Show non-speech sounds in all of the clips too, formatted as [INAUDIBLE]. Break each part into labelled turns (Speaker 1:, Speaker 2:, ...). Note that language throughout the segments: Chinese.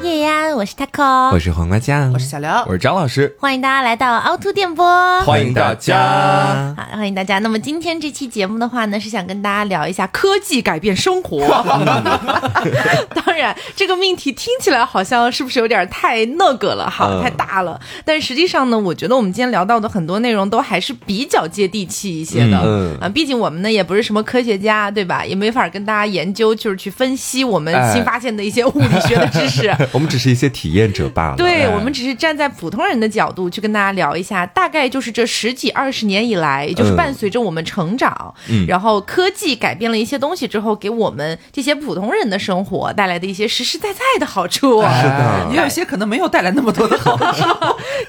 Speaker 1: 夜呀，我是 taco，
Speaker 2: 我是黄瓜酱，
Speaker 3: 我是小刘，
Speaker 4: 我是张老师，
Speaker 1: 欢迎大家来到凹凸电波，
Speaker 4: 欢迎大家。
Speaker 1: 好，欢迎大家。那么今天这期节目的话呢，是想跟大家聊一下科技改变生
Speaker 2: [LAUGHS]
Speaker 1: 活。当然，这个命题听起来好像是不是有点太那个了哈，
Speaker 2: 嗯
Speaker 1: 太大了。但实际上呢，我觉得我们今天聊到的很多内容都还是比较接地气一些的。
Speaker 2: 嗯嗯
Speaker 1: 啊，毕竟我们呢也不是什么科学家，对吧？也没法跟大家研究，就是去分析我们
Speaker 2: 哎
Speaker 1: 新发现的一些物理学的知
Speaker 2: [LAUGHS]
Speaker 1: 识。
Speaker 2: 我们只是一些体验者罢了。
Speaker 1: 对，
Speaker 2: 哎
Speaker 1: 我们只是站在普通人的角度去跟大家聊一下，大概就是这十几二十年以来，也就是
Speaker 2: 嗯
Speaker 1: 伴随着我们成长，然后科技改变了一些东西之后，给我们这些普通人的生活带来的一些实实在在的好
Speaker 2: [LAUGHS]
Speaker 1: 处，
Speaker 3: 也有些可能没有带来那么多的 [LAUGHS] 好处。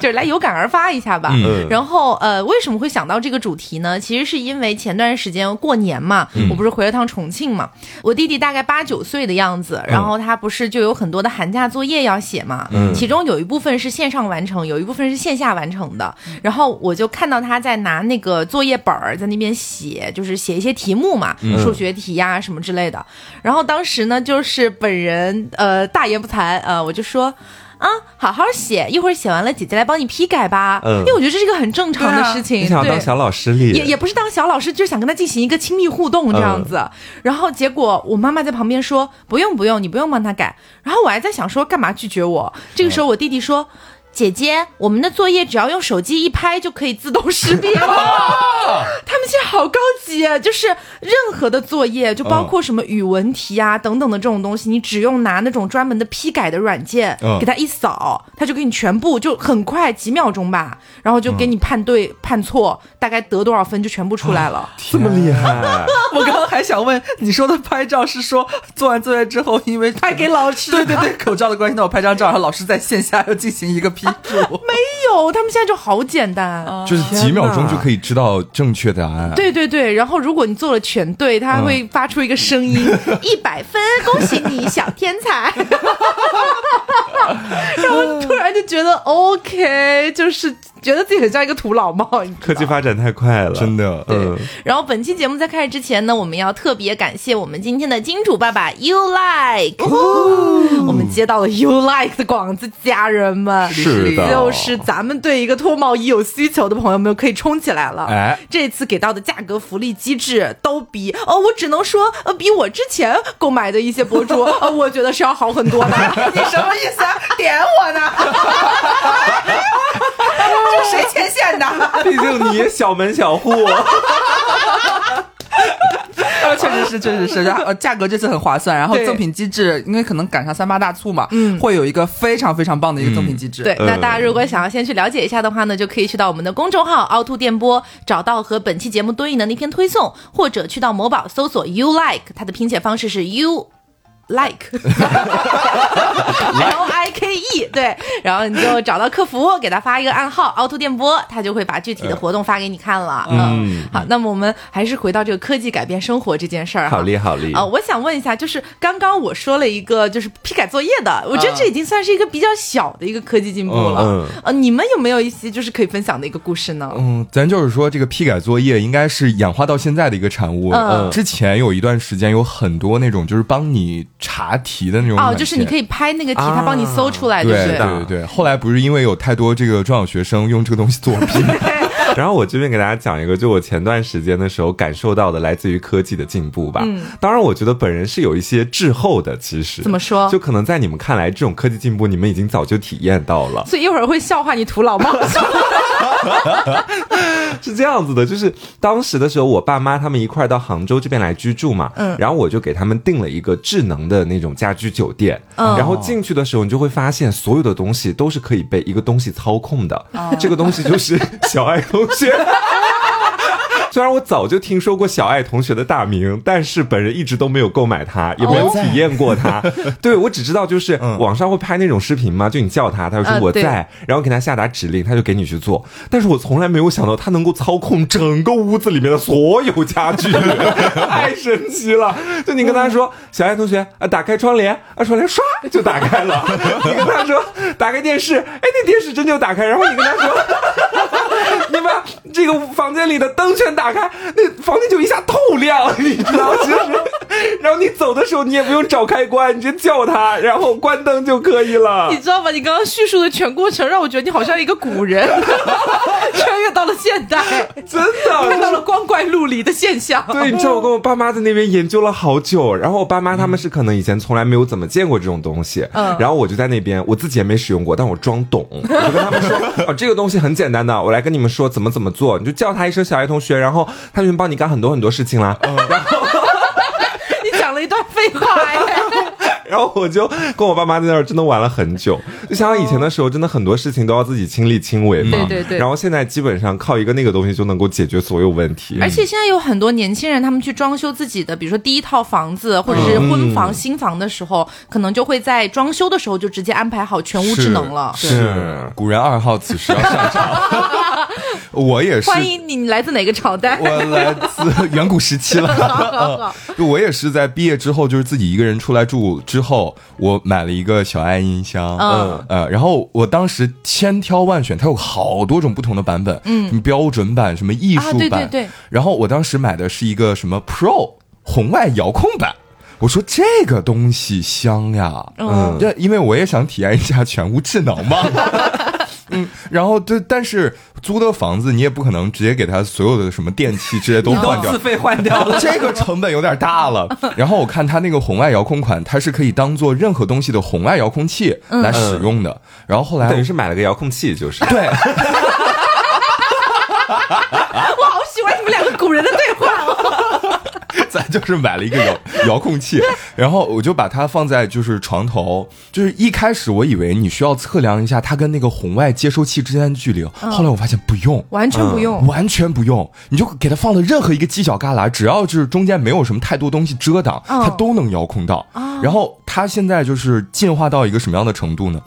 Speaker 1: 就是来有感而发一下吧。
Speaker 2: 嗯
Speaker 1: 然后呃，为什么会想到这个主题呢？其实是因为前段时间过年嘛，我不是回了趟重庆嘛，我弟弟大概八九岁的样子，然后他不是就有很多的寒假作业要写嘛，其中有一部分是线上完成，有一部分是线下完成的。然后我就看到他在拿那个作业本儿在那边写，就是写一些题目嘛，数学题呀、什么之类的。然后当时呢，就是本人呃大言不惭呃，我就说。啊，好好写，一会儿写完了，姐姐来帮你批改吧。
Speaker 2: 嗯
Speaker 1: 因为我觉得这是一个很正常的
Speaker 3: 对啊
Speaker 1: 事情。
Speaker 2: 你想
Speaker 1: 对
Speaker 2: 当小老师里，
Speaker 1: 也也不是当小老师，就是想跟他进行一个亲密互动这样子。
Speaker 2: 嗯
Speaker 1: 然后结果我妈妈在旁边说：“不用不用，你不用帮他改。”然后我还在想说干嘛拒绝我？这
Speaker 2: 嗯
Speaker 1: 个时候我弟弟说。姐姐，我们的作业只要用手机一拍就可以自动识别
Speaker 2: [LAUGHS]
Speaker 1: 了。他们现在好高级啊，就是任何的作业，就包括什么语文题啊、
Speaker 2: 嗯
Speaker 1: 等等的这种东西，你只用拿那种专门的批改的软件，
Speaker 4: 嗯
Speaker 1: 给它一扫，它就给你全部就很快几秒钟吧，然后就给你判对、判错，大概得多少分就全部出来 [LAUGHS] 了。
Speaker 2: 这么厉害，
Speaker 3: 我刚刚还想问，你说的拍照是说做完作业之后，因为
Speaker 1: 拍给老师
Speaker 3: [LAUGHS] 对对对，口罩的关系，那我拍张照，然后老师在线下要进行一个批 [LAUGHS] 注。
Speaker 1: 没有，他们现在就好简单。
Speaker 2: 嗯
Speaker 4: 就是几秒钟就可以知道正确答案，
Speaker 1: 对对对，然后如果你做了全对，它还会发出一个声音，一百、分，恭喜你，小天才。然后突然就觉得 OK，就是觉得自己很像一个土老帽，你知道吗
Speaker 2: 科技发展太快了，
Speaker 4: 真的
Speaker 2: 嗯，
Speaker 1: [LAUGHS] 然后本期节目在开始之前呢，我们要特别感谢我们今天的金主爸爸 You Like，、我哦们接到了 You Like 的广子，家人
Speaker 4: 嗯
Speaker 1: 们。
Speaker 2: 是的，
Speaker 1: 就是咱们对一个脱毛仪有需求的朋友们可以冲起来了。
Speaker 4: 哎
Speaker 1: 这次给到的价格福利机制都比哦，我只能说呃，比我之前购买的一些博
Speaker 2: [LAUGHS]
Speaker 1: 主，呃，我觉得是要好很多的。
Speaker 3: 你什么意思 [LAUGHS] 啊？点我呢？这谁牵线 [LAUGHS] 的？
Speaker 2: 毕竟你也小门小
Speaker 3: [LAUGHS]
Speaker 2: 户，
Speaker 3: 啊，确实是，确实是，呃，价格这次很划算，然后
Speaker 1: 对
Speaker 3: 赠品机制，因为可能赶上三八大促嘛，嗯，会有一个非常非常棒的一个赠品机制。
Speaker 1: 对，那大家如果想要先去了解一下的话呢，就可以去到我们的公众号“凹凸电波”，找到和本期节目对应的那篇推送，或者去到某宝搜索 “you like”，它的拼写方式是 “you”。like L I K E 对，然后你就找到客服，给他发一个暗号“凹凸电波”，他就会把具体的活动发给你看了。嗯，好，那么我们还是回到这个科技改变生活这件事儿哈。
Speaker 2: 好厉好厉
Speaker 1: 啊、我想问一下，就是刚刚我说了一个就是批改作业的，我觉得这已经算是一个比较小的一个科技进步了。
Speaker 2: 嗯
Speaker 1: 呃，你们有没有一些就是可以分享的一个故事呢？
Speaker 4: 嗯，咱就是说，这个批改作业应该是演化到现在的一个产物。
Speaker 1: 嗯
Speaker 4: 之前有一段时间有很多那种就是帮你查题的那种
Speaker 1: 哦，
Speaker 4: 软
Speaker 1: 就是
Speaker 4: 件
Speaker 1: 你可以拍那个题，
Speaker 2: 啊
Speaker 1: 他帮你搜出来，
Speaker 4: 对
Speaker 1: 不
Speaker 4: 对
Speaker 1: 对？
Speaker 4: 对对。后来不是因为有太多这个中小学生用这个东西作弊，
Speaker 1: [LAUGHS]
Speaker 2: 然后我这边给大家讲一个，就我前段时间的时候感受到的来自于科技的进步吧。当然我觉得本人是有一些滞后的，其实
Speaker 1: 嗯怎么说
Speaker 2: 就可能在你们看来，这种科技进步你们已经早就体验到了。
Speaker 1: 所以一会儿会笑话你土老
Speaker 2: [LAUGHS]
Speaker 1: 帽。
Speaker 2: 是这样子的，就是当时的时候，我爸妈他们一块儿到杭州这边来居住嘛，
Speaker 1: 嗯
Speaker 2: 然后我就给他们订了一个智能的那种家居酒店，
Speaker 1: 嗯
Speaker 2: 然后进去的时候，你就会发现所有的东西都是可以被一个东西操控的，
Speaker 1: 哦
Speaker 2: 这个东西就是小爱同学。 [LAUGHS] 虽然我早就听说过小爱同学的大名，但是本人一直都没有购买它，也没
Speaker 1: 哦
Speaker 2: 有体验
Speaker 1: [LAUGHS]
Speaker 2: 过它。对我只知道就是网上会拍那种视频嘛，就你叫他，他就说
Speaker 1: 嗯
Speaker 2: 我
Speaker 1: 对
Speaker 2: 在，然后给他下达指令，他就给你去做。但是我从来没有想到他能够操控整个屋子里面的所有家具， [LAUGHS] 太神奇了！就你跟他说，小爱同学啊，打开窗帘啊，窗帘唰就打开了。 [LAUGHS] 你跟他说打开电视，哎，那电视真就打开。然后你跟他说。 [LAUGHS] 你把这个房间里的灯全打开，那房间就一下透亮，你知道，就是，然后当你走的时候，你也不用找开关，你直接叫他，然后关灯就可以了
Speaker 1: 你。知道吗？你刚刚叙述的全过程让我觉得你好像一个古人， [LAUGHS] 穿越到了现
Speaker 2: [LAUGHS]
Speaker 1: 代，
Speaker 2: 真
Speaker 1: [LAUGHS]
Speaker 2: 的，
Speaker 1: 看到了光怪陆离的现象。 [LAUGHS]
Speaker 2: 对，你知道我跟我爸妈在那边研究了好久，然后我爸妈他们是可能以前从来没有怎么见过这种东西，
Speaker 1: 嗯
Speaker 2: 然后我就在那边，我自己也没使用过，但我装懂，我就跟他
Speaker 1: [LAUGHS]
Speaker 2: 们说，哦，这个东西很简单的，我来跟你们说怎么怎么做，你就叫他一声小爱同学，然后他就能帮你干很多很多事情啦。
Speaker 1: 嗯你讲了一段废话、哎，
Speaker 2: [LAUGHS] 然后我就跟我爸妈在那儿真的玩了很久，就想想以前的时候，真的很多事情都要自己亲力亲为嘛，
Speaker 1: 哦对对对
Speaker 2: 然后现在基本上靠一个那个东西就能够解决所有问题，
Speaker 1: 而且现在有很多年轻人，他们去装修自己的，比如说第一套房子或者是婚房、新房的时候，可能就会在装修的时候就直接安排好全屋智能了。
Speaker 2: 是
Speaker 4: 是古人二号，
Speaker 2: [LAUGHS]
Speaker 4: 此时要上场。我也是，
Speaker 1: 欢迎你，你来自哪个朝代？
Speaker 4: [LAUGHS] 我来自远古时期了。 [LAUGHS] 就我也是在毕业之后，就是自己一个人出来住之后，我买了一个小爱音箱，
Speaker 1: 嗯
Speaker 4: 呃，然后我当时千挑万选，它有好多种不同的版本，嗯，什么标准版，什么艺术版，
Speaker 1: 啊对对对
Speaker 4: 然后我当时买的是一个什么 Pro 红外遥控版。我说这个东西香呀，
Speaker 1: 嗯
Speaker 4: 嗯，这因为我也想体验一下全屋智能
Speaker 1: [LAUGHS]
Speaker 4: 嘛，嗯然后这但是租的房子你也不可能直接给他所有的什么电器这些都换掉
Speaker 3: 自，费换掉了。
Speaker 4: [LAUGHS] 这个成本有点大
Speaker 2: [LAUGHS]
Speaker 4: 了。然后我看它那个红外遥控款，它是可以当做任何东西的红外遥控器来使用的。然后后来
Speaker 2: 嗯等于是买了个遥控器，就是。
Speaker 4: [LAUGHS] 对，
Speaker 1: [LAUGHS] 我好喜欢你们两个古人的对话哦。
Speaker 4: 咱就是买了一个遥遥控器，然后我就把它放在就是床头，就是一开始我以为你需要测量一下它跟那个红外接收器之间的距离，
Speaker 2: 嗯
Speaker 4: 后来我发现不用。
Speaker 1: 完全不用，
Speaker 4: 完全不用，你就给它放到任何一个犄角旮旯，只要就是中间没有什么太多东西遮挡，
Speaker 1: 嗯
Speaker 4: 它都能遥控到。
Speaker 1: 哦
Speaker 4: 然后它现在就是进化到一个什么样的程度呢？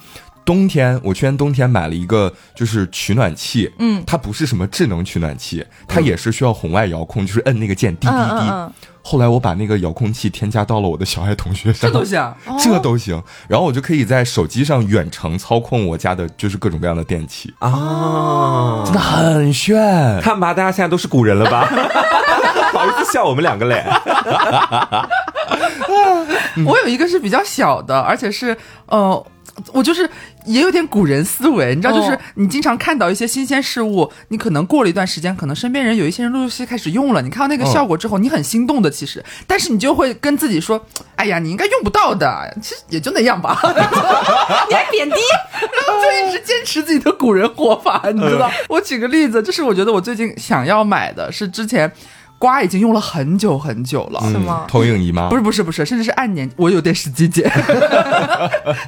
Speaker 4: 冬天，我去年冬天买了一个就是取暖器，
Speaker 1: 嗯，
Speaker 4: 它不是什么智能取暖器，它也是需要红外遥控，就是摁那个键滴滴滴。
Speaker 1: 嗯嗯嗯
Speaker 4: 后来我把那个遥控器添加到了我的小爱同学
Speaker 3: 这
Speaker 4: 上，
Speaker 3: 东西啊，
Speaker 1: 哦
Speaker 4: 这都行，然后我就可以在手机上远程操控我家的就是各种各样的电器，
Speaker 2: 啊，
Speaker 4: 真的很炫。
Speaker 2: 看吧，大家现在都是古人了吧？ [LAUGHS] 好意思笑我们两个嘞？ [LAUGHS]
Speaker 3: 我有一个是比较小的，而且是呃。我就是也有点古人思维，你知道，
Speaker 1: 哦
Speaker 3: 就是你经常看到一些新鲜事物，你可能过了一段时间，可能身边人有一些人陆陆续续开始用了，你看到那个效果之后，你很心动的，其实，但是你就会跟自己说，哎呀，你应该用不到的，其实也就那样吧，
Speaker 1: 你还贬低？
Speaker 3: 就一直坚持自己的古人活法，你知道？我举个例子，就是我觉得我最近想要买的是之前瓜已经用了很久很久了，
Speaker 1: 什么？
Speaker 4: 投影仪吗？
Speaker 3: 不
Speaker 4: 是，
Speaker 3: 是不是不是，甚至是按年，我有点是
Speaker 2: [LAUGHS]
Speaker 3: 机姐，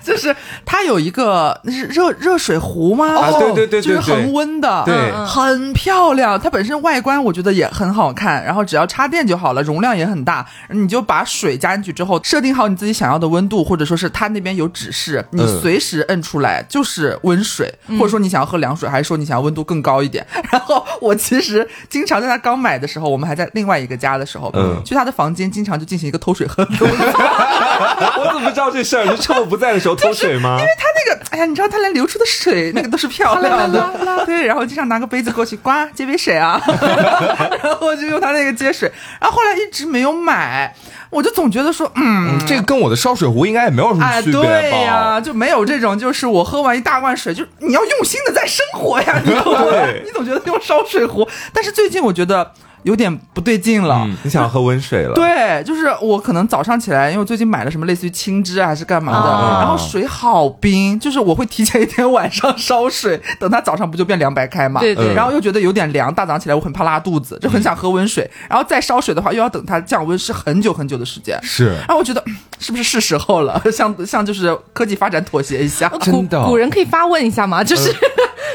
Speaker 3: 就是它有一个那是热热水壶吗？
Speaker 2: 啊对对对对
Speaker 3: 就是
Speaker 2: 对
Speaker 3: 恒温的，
Speaker 2: 对
Speaker 1: 嗯嗯
Speaker 3: 很漂亮。它本身外观我觉得也很好看，然后只要插电就好了，容量也很大。你就把水加进去之后，设定好你自己想要的温度，或者说是它那边有指示，你
Speaker 2: 嗯
Speaker 3: 随时摁出来就是温水，或者说你想要喝凉水，还是说你想要温度更高一点。 [LAUGHS] 然后我其实经常在它刚买的时候，我们还在另外一个家的时候，
Speaker 2: 嗯
Speaker 3: 去他的房间，经常就进行一个偷水喝 [LAUGHS] 的动作。
Speaker 2: 我怎么知道这事儿？是趁我不在的时候偷水吗？
Speaker 3: 他那个，哎呀，你知道他连流出的水那个都是漂亮的，对，然后经常拿个杯子过去，呱，接杯水啊， [LAUGHS] 然后我就用他那个接水，然后后来一直没有买，我就总觉得说，嗯。
Speaker 4: 这个跟我的烧水壶应该也没有什么
Speaker 3: 哎，
Speaker 4: 区别吧？
Speaker 3: 对呀、就没有这种，就是我喝完一大罐水，就是你要用心的在生活呀，你懂吗
Speaker 2: 对？
Speaker 3: 你总觉得用烧水壶，但是最近我觉得有点不对劲了，
Speaker 2: 你想喝温水了？，
Speaker 3: 对，就是我可能早上起来，因为我最近买了什么类似于青汁啊还是干嘛的，
Speaker 1: 啊
Speaker 3: 然后水好冰，就是我会提前一天晚上烧水，等它早上不
Speaker 1: [LAUGHS]
Speaker 3: 就变凉白开嘛。
Speaker 1: 对对嗯
Speaker 3: 然后又觉得有点凉，大早上起来我很怕拉肚子，就很想喝温水，然后再烧水的话又要等它降温，是很久很久的时
Speaker 1: [LAUGHS]
Speaker 3: 间。
Speaker 4: 是
Speaker 3: 然后我觉得嗯是不是是时候了， [LAUGHS] 向向就是科技发展妥协一下。
Speaker 1: 呃古
Speaker 4: 真的
Speaker 2: 哦
Speaker 1: 古人可以发问一下吗？
Speaker 2: 呃
Speaker 1: 就是、 [LAUGHS]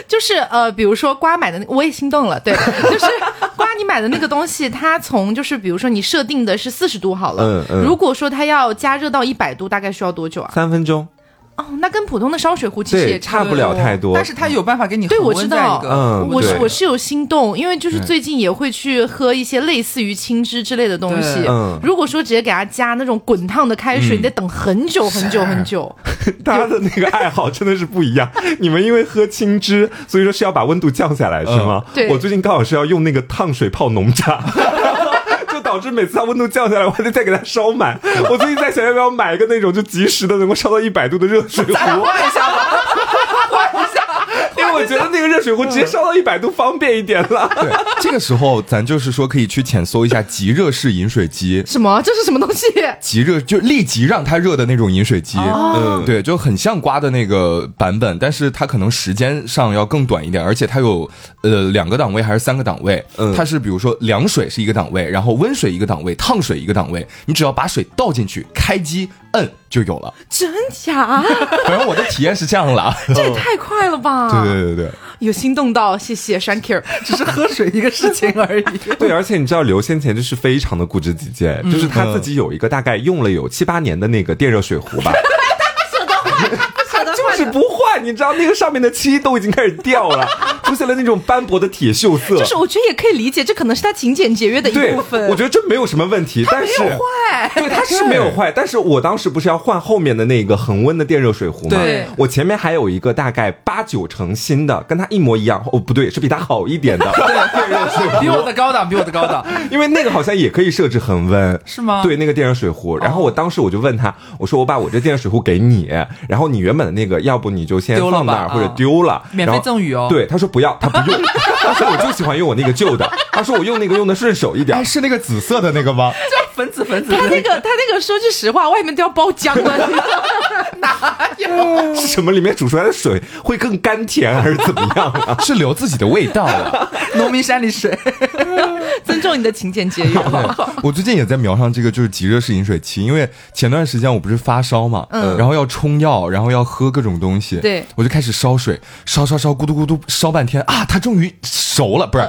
Speaker 1: 就是呃，比如说瓜买的那个，我也心动了，
Speaker 2: [LAUGHS]
Speaker 1: 对，就是瓜你买的那个东西，它从就是比如说你设定的是四十度好了，
Speaker 2: 嗯嗯
Speaker 1: 如果说它要加热到一百度，大概需要多久啊？
Speaker 2: 三分钟，
Speaker 1: 哦，那跟普通的烧水壶其实
Speaker 2: 嗯对
Speaker 1: 也
Speaker 2: 差
Speaker 1: 差
Speaker 2: 不了太多。
Speaker 3: 但是它有办法给你
Speaker 1: 对
Speaker 3: 恒
Speaker 1: 我
Speaker 3: 温
Speaker 1: 知
Speaker 3: 在一
Speaker 1: 道
Speaker 3: 个
Speaker 2: 嗯
Speaker 1: 我是
Speaker 2: 对
Speaker 1: 我是有心动，因为就是最近也会去喝一些类似于青汁之类的东西
Speaker 3: 对。
Speaker 2: 嗯
Speaker 1: 如果说直接给它加那种滚烫的开水，你得等很久很久很久。
Speaker 2: [LAUGHS] 大家的那个爱好真的是不一样。你们因为喝青汁，所以说是要把温度降下来，是吗？
Speaker 1: 对
Speaker 2: [LAUGHS] 我最近刚好是要用那个烫水泡浓茶，就导导致每次它温度降下来，我还得再给它烧满。我最近在想要不要买一个那种就及时的能够烧到一百度的热水壶，
Speaker 3: 换一 [LAUGHS] 下吧，
Speaker 2: 因为我觉得那个热水壶直接烧到一百度方便一点了。
Speaker 4: 对，这个时候咱就是说可以去浅搜一下即热式饮水机，
Speaker 1: 什么？这是什么东西？
Speaker 4: 即热就立即让它热的那种饮水机，嗯，对，就很像瓜的那个版本，但是它可能时间上要更短一点，而且它有呃两个档位还是三个档位，
Speaker 2: 嗯
Speaker 4: 它是比如说凉水是一个档位，然后温水一个档位，烫水一个档位，你只要把水倒进去，开机摁就有了。
Speaker 1: 真假？
Speaker 4: 反正我的体验是这样了。
Speaker 1: 这
Speaker 2: 嗯
Speaker 1: 也太快了吧！
Speaker 4: 对 [LAUGHS] 对对对，
Speaker 1: 有心动到，谢谢，thank you。
Speaker 3: [LAUGHS] 只是喝水一个事情而已。
Speaker 2: 对，而且你知道刘先前就是非常的固执己见，就是他
Speaker 4: 嗯
Speaker 2: 自己有一个大概用了有七八年的那个电热水壶 [LAUGHS] 吧，他就是不换，你知道那个上面的漆都已经开始掉了，出现了那种斑驳的铁锈色。
Speaker 1: 就是我觉得也可以理解，这可能是他勤俭节约的一
Speaker 2: 对
Speaker 1: 部分。，
Speaker 2: 我觉得这没有什么问题，但是
Speaker 1: 坏，
Speaker 2: [LAUGHS] 对，它是没有坏，但是我当时不是要换后面的那个恒温的电热水壶吗？
Speaker 3: 对
Speaker 2: 我前面还有一个大概八九成新的，跟它一模一样，哦，不对，是比它好一点
Speaker 3: [LAUGHS]
Speaker 2: 的 [LAUGHS] 电热水
Speaker 3: [LAUGHS] 比我
Speaker 2: 壶，
Speaker 3: 的高档，比我的高档，
Speaker 2: 因为那个好像也可以设置恒温，
Speaker 3: 是吗
Speaker 2: 对，那个电热水壶。然后我当时我就问他，我说我把我这电热水壶给你，然后你原本的那个，要不你就先
Speaker 3: 丢了
Speaker 2: 放那
Speaker 3: 吧
Speaker 2: 儿或者
Speaker 3: 啊
Speaker 2: 丢了，
Speaker 3: 免
Speaker 2: 然
Speaker 3: 费
Speaker 2: 后
Speaker 3: 赠予哦
Speaker 2: 对，他说不要，他
Speaker 3: [LAUGHS]
Speaker 2: 不用，他说我就喜欢用我那个旧的，他说我用那个用的顺手一点
Speaker 4: [LAUGHS] 哎，。是那个紫色的那个吗？
Speaker 3: 粉紫粉紫。
Speaker 1: 他那
Speaker 2: [LAUGHS]
Speaker 1: 个他那个，说句实话，外面都要包浆了。
Speaker 2: 是什么？里面煮出来的水会更甘甜，还是怎么样啊？
Speaker 4: 是留自己的味道啊
Speaker 1: [LAUGHS]
Speaker 4: 了。
Speaker 3: [LAUGHS] 农民山里水，
Speaker 1: 尊重你的勤俭节约。
Speaker 4: 我最近也在瞄上这个，就是即热式饮水器，因为前段时间我不是发烧嘛，
Speaker 1: 嗯
Speaker 4: 然后要冲药，然后要喝各种东西，
Speaker 1: 对
Speaker 4: 我就开始烧水，烧烧烧，咕嘟咕嘟烧半天啊，它终于熟了，不是，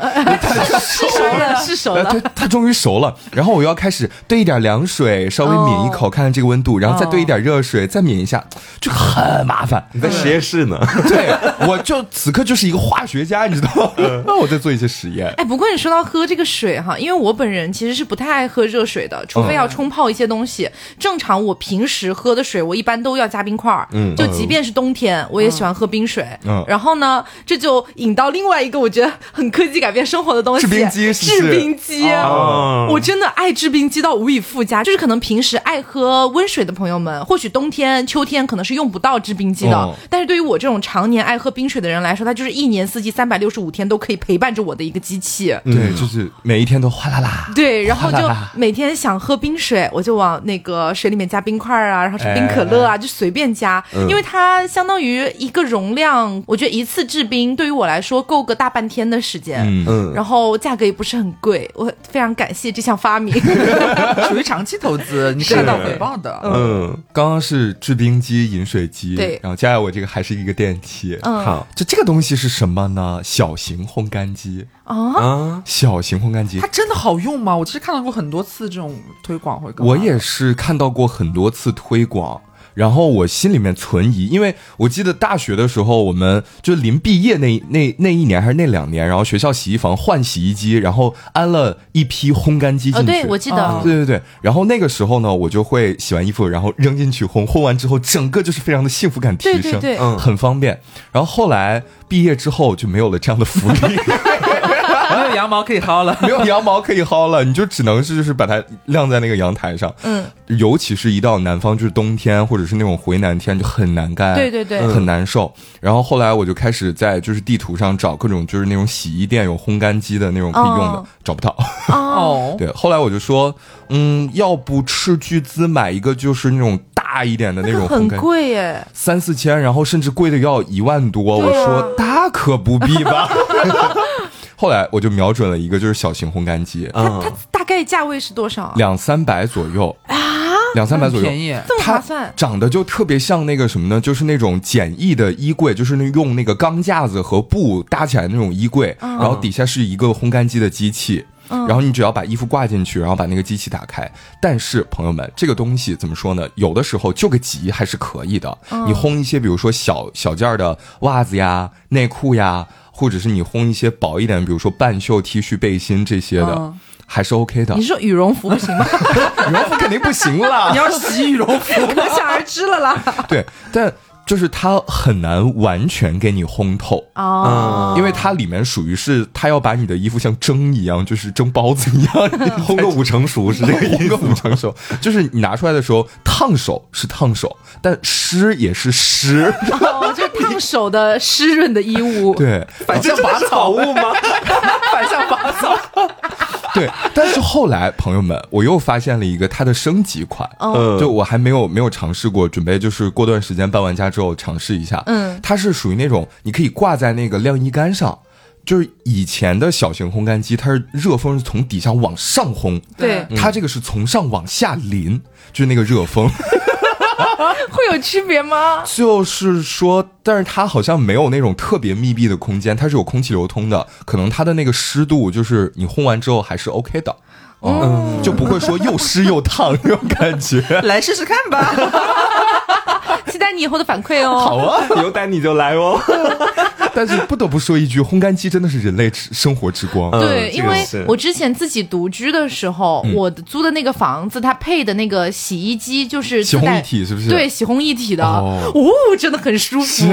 Speaker 1: 是熟了，是呃熟
Speaker 4: 呃，它
Speaker 1: 了。
Speaker 4: 它终于熟了，然后我又要开始兑一点凉水，稍微抿一口，
Speaker 1: 哦
Speaker 4: 看看这个温度，然后再兑一点热水，再抿一下，就很麻
Speaker 1: [LAUGHS]
Speaker 4: 烦。
Speaker 2: 你在实验室呢？
Speaker 4: 对，我就此刻就是一个化学家，你知道吗？
Speaker 1: 嗯
Speaker 4: [LAUGHS] 那我在做一些实验。
Speaker 1: 哎，不过你说到喝这个水哈，因为我本人其实是不太爱喝热水
Speaker 4: 嗯
Speaker 1: 的，除非要冲泡一些东西。正常我平时喝的水，我一般都要加冰块儿。
Speaker 2: 嗯
Speaker 1: 就即便是冬天，我也喜欢喝冰水。
Speaker 4: 嗯
Speaker 1: 然后呢，这就引到另外一个我觉得很科技改变生活的东西——
Speaker 4: 制冰机是不
Speaker 1: 制
Speaker 4: 是
Speaker 1: 冰机。
Speaker 4: 嗯
Speaker 2: 哦
Speaker 1: 我真的爱制冰机到无以复加，就是可能平时爱喝温水的朋友们，或许冬天、秋天可能是用不到制冰机的，
Speaker 4: 哦
Speaker 1: 但是对于我这种常年爱喝冰水的人来说，它就是一年四季三百六十五天都可以陪伴着我的一个机器。
Speaker 4: 对，就是每一天都哗啦啦。
Speaker 1: 对，然
Speaker 4: [LAUGHS]
Speaker 1: 后就
Speaker 4: 哗啦啦
Speaker 1: 每天想喝冰水，我就往那个水里面加冰块啊，然后是冰可乐
Speaker 4: 哎
Speaker 1: 啊，就随便加，
Speaker 4: 嗯
Speaker 1: 因为它相当于一个容量，我觉得一次制冰对于我来说够个大半天的时间。
Speaker 4: 嗯
Speaker 2: 嗯，
Speaker 1: 然后价格也不是很贵，我非常感谢这项发明。
Speaker 3: [LAUGHS]
Speaker 1: [LAUGHS]
Speaker 3: 属于长期投资，你是看到回报的。
Speaker 2: 嗯，
Speaker 4: 刚刚是制冰机、饮水机，
Speaker 1: 对
Speaker 4: 然后接下来我这个还是一个电器。
Speaker 1: 嗯
Speaker 2: 好
Speaker 4: 就这个东西是什么呢？小型烘干机，
Speaker 1: 啊，
Speaker 2: 啊，
Speaker 4: 小型烘干机
Speaker 3: 它。真的好用吗？我其实看到过很多次这种推广会。[LAUGHS]
Speaker 4: 我也是看到过很多次推广，然后我心里面存疑，因为我记得大学的时候，我们就临毕业那那那一年还是那两年，然后学校洗衣房换洗衣机，然后安了一批烘干机
Speaker 1: 哦，
Speaker 4: 进去。
Speaker 1: 对，我记得。
Speaker 3: 啊
Speaker 4: 对对对，然后那个时候呢，我就会洗完衣服，然后扔进去烘，烘完之后整个就是非常的幸福感提升，
Speaker 1: 对对对
Speaker 2: 嗯
Speaker 4: 很方便。然后后来毕业之后就没有了这样的福利， [LAUGHS]
Speaker 3: 没哎有羊毛可以薅了。
Speaker 4: 没有羊毛可以薅了，你就只能是就是把它晾在那个阳台上。
Speaker 1: 嗯，
Speaker 4: 尤其是一到南方，就是冬天或者是那种回南天，就很难干，
Speaker 1: 对对对
Speaker 4: 很难受。然后后来我就开始在就是地图上找各种就是那种洗衣店有烘干机的那种可以用的，
Speaker 1: 哦
Speaker 4: 找不到。
Speaker 1: 哦，
Speaker 3: [LAUGHS] 哦，
Speaker 4: 对，后来我就说，嗯，要不斥巨资买一个就是那种大一点的那
Speaker 1: 那
Speaker 4: 种
Speaker 1: 个
Speaker 4: 烘
Speaker 1: 很
Speaker 4: 干，
Speaker 1: 贵耶，
Speaker 4: 三四千，然后甚至贵的要一万多。我
Speaker 1: 对啊
Speaker 4: 说大可不
Speaker 1: [LAUGHS]
Speaker 4: 必吧。后来我就瞄准了一个就是小型烘干机，
Speaker 1: 它
Speaker 2: 啊
Speaker 1: 它大概价位是多少啊？
Speaker 4: 两三百左右啊，两三百左右，
Speaker 3: 便宜
Speaker 1: 这么
Speaker 4: 它
Speaker 1: 划算
Speaker 4: 长得就特别像那个什么呢？就是那种简易的衣柜，就是那用那个钢架子和布搭起来的那种衣柜，
Speaker 1: 嗯
Speaker 4: 然后底下是一个烘干机的机器。然后你只要把衣服挂进去，然后把那个机器打开。但是朋友们，这个东西怎么说呢？有的时候就个急还是可以的。
Speaker 1: 嗯
Speaker 4: 你烘一些，比如说小小件儿的袜子呀、内裤呀，或者是你烘一些薄一点，比如说半袖 T 恤、背心这些的，
Speaker 3: 嗯
Speaker 4: 还是 OK 的
Speaker 1: 你。是说羽绒服不 [LAUGHS] 行吗？
Speaker 4: 羽绒服肯定不行啦
Speaker 3: 你，要洗羽绒服，
Speaker 2: [LAUGHS]
Speaker 1: 可想而知了啦。
Speaker 4: 对，但就是它很难完全给你烘透。
Speaker 2: 啊
Speaker 1: 哦，
Speaker 4: 因为它里面属于是，它要把你的衣服像蒸一样，就是蒸包子一样，
Speaker 2: [LAUGHS] 烘个五成熟是这个意
Speaker 4: 一
Speaker 2: 思
Speaker 4: 个五成熟，就是你拿出来的时候，烫手是烫手，但湿也
Speaker 2: [LAUGHS]
Speaker 4: 是湿。
Speaker 1: 哦，就是烫手的湿润的衣物，
Speaker 4: [LAUGHS] 对
Speaker 3: 反向拔草，
Speaker 2: 物 [LAUGHS] 吗？
Speaker 3: 反向拔草，
Speaker 4: [LAUGHS] 对，但是后来朋友们，我又发现了一个它的升级款，
Speaker 2: 嗯
Speaker 4: 就我还没有没有尝试过，准备就是过段时间搬完家之后尝试一下。
Speaker 1: 嗯
Speaker 4: 它是属于那种你可以挂在那个晾衣杆上。就是以前的小型烘干机，它是热风是从底下往上烘，
Speaker 1: 对
Speaker 4: 它这个是从上往下淋，就是那个热风。
Speaker 1: 会有区别吗？
Speaker 4: 就是说，但是它好像没有那种特别密闭的空间，它是有空气流通的，可能它的那个湿度就是你烘完之后还是 OK 的，
Speaker 2: 哦
Speaker 4: 嗯，就不会说又湿又烫那种感觉。
Speaker 3: [LAUGHS] 来试试看 [LAUGHS] 吧。
Speaker 1: 期待你以后的反馈哦。
Speaker 4: 好啊，
Speaker 2: 有胆你就来哦。
Speaker 4: 但是不得不说一句，烘干机真的是人类之生活之光。
Speaker 2: 嗯
Speaker 1: 对，
Speaker 2: 这
Speaker 1: 因
Speaker 2: 个
Speaker 1: 为
Speaker 2: 是
Speaker 1: 我之前自己独居的时候，
Speaker 4: 嗯
Speaker 1: 我的租的那个房子，它配的那个洗衣机就是
Speaker 4: 洗
Speaker 1: 自带
Speaker 4: 烘一体是不是
Speaker 1: 对，洗烘一体的，
Speaker 4: 哦
Speaker 1: 哦，真的很舒服。
Speaker 4: 是
Speaker 1: 就是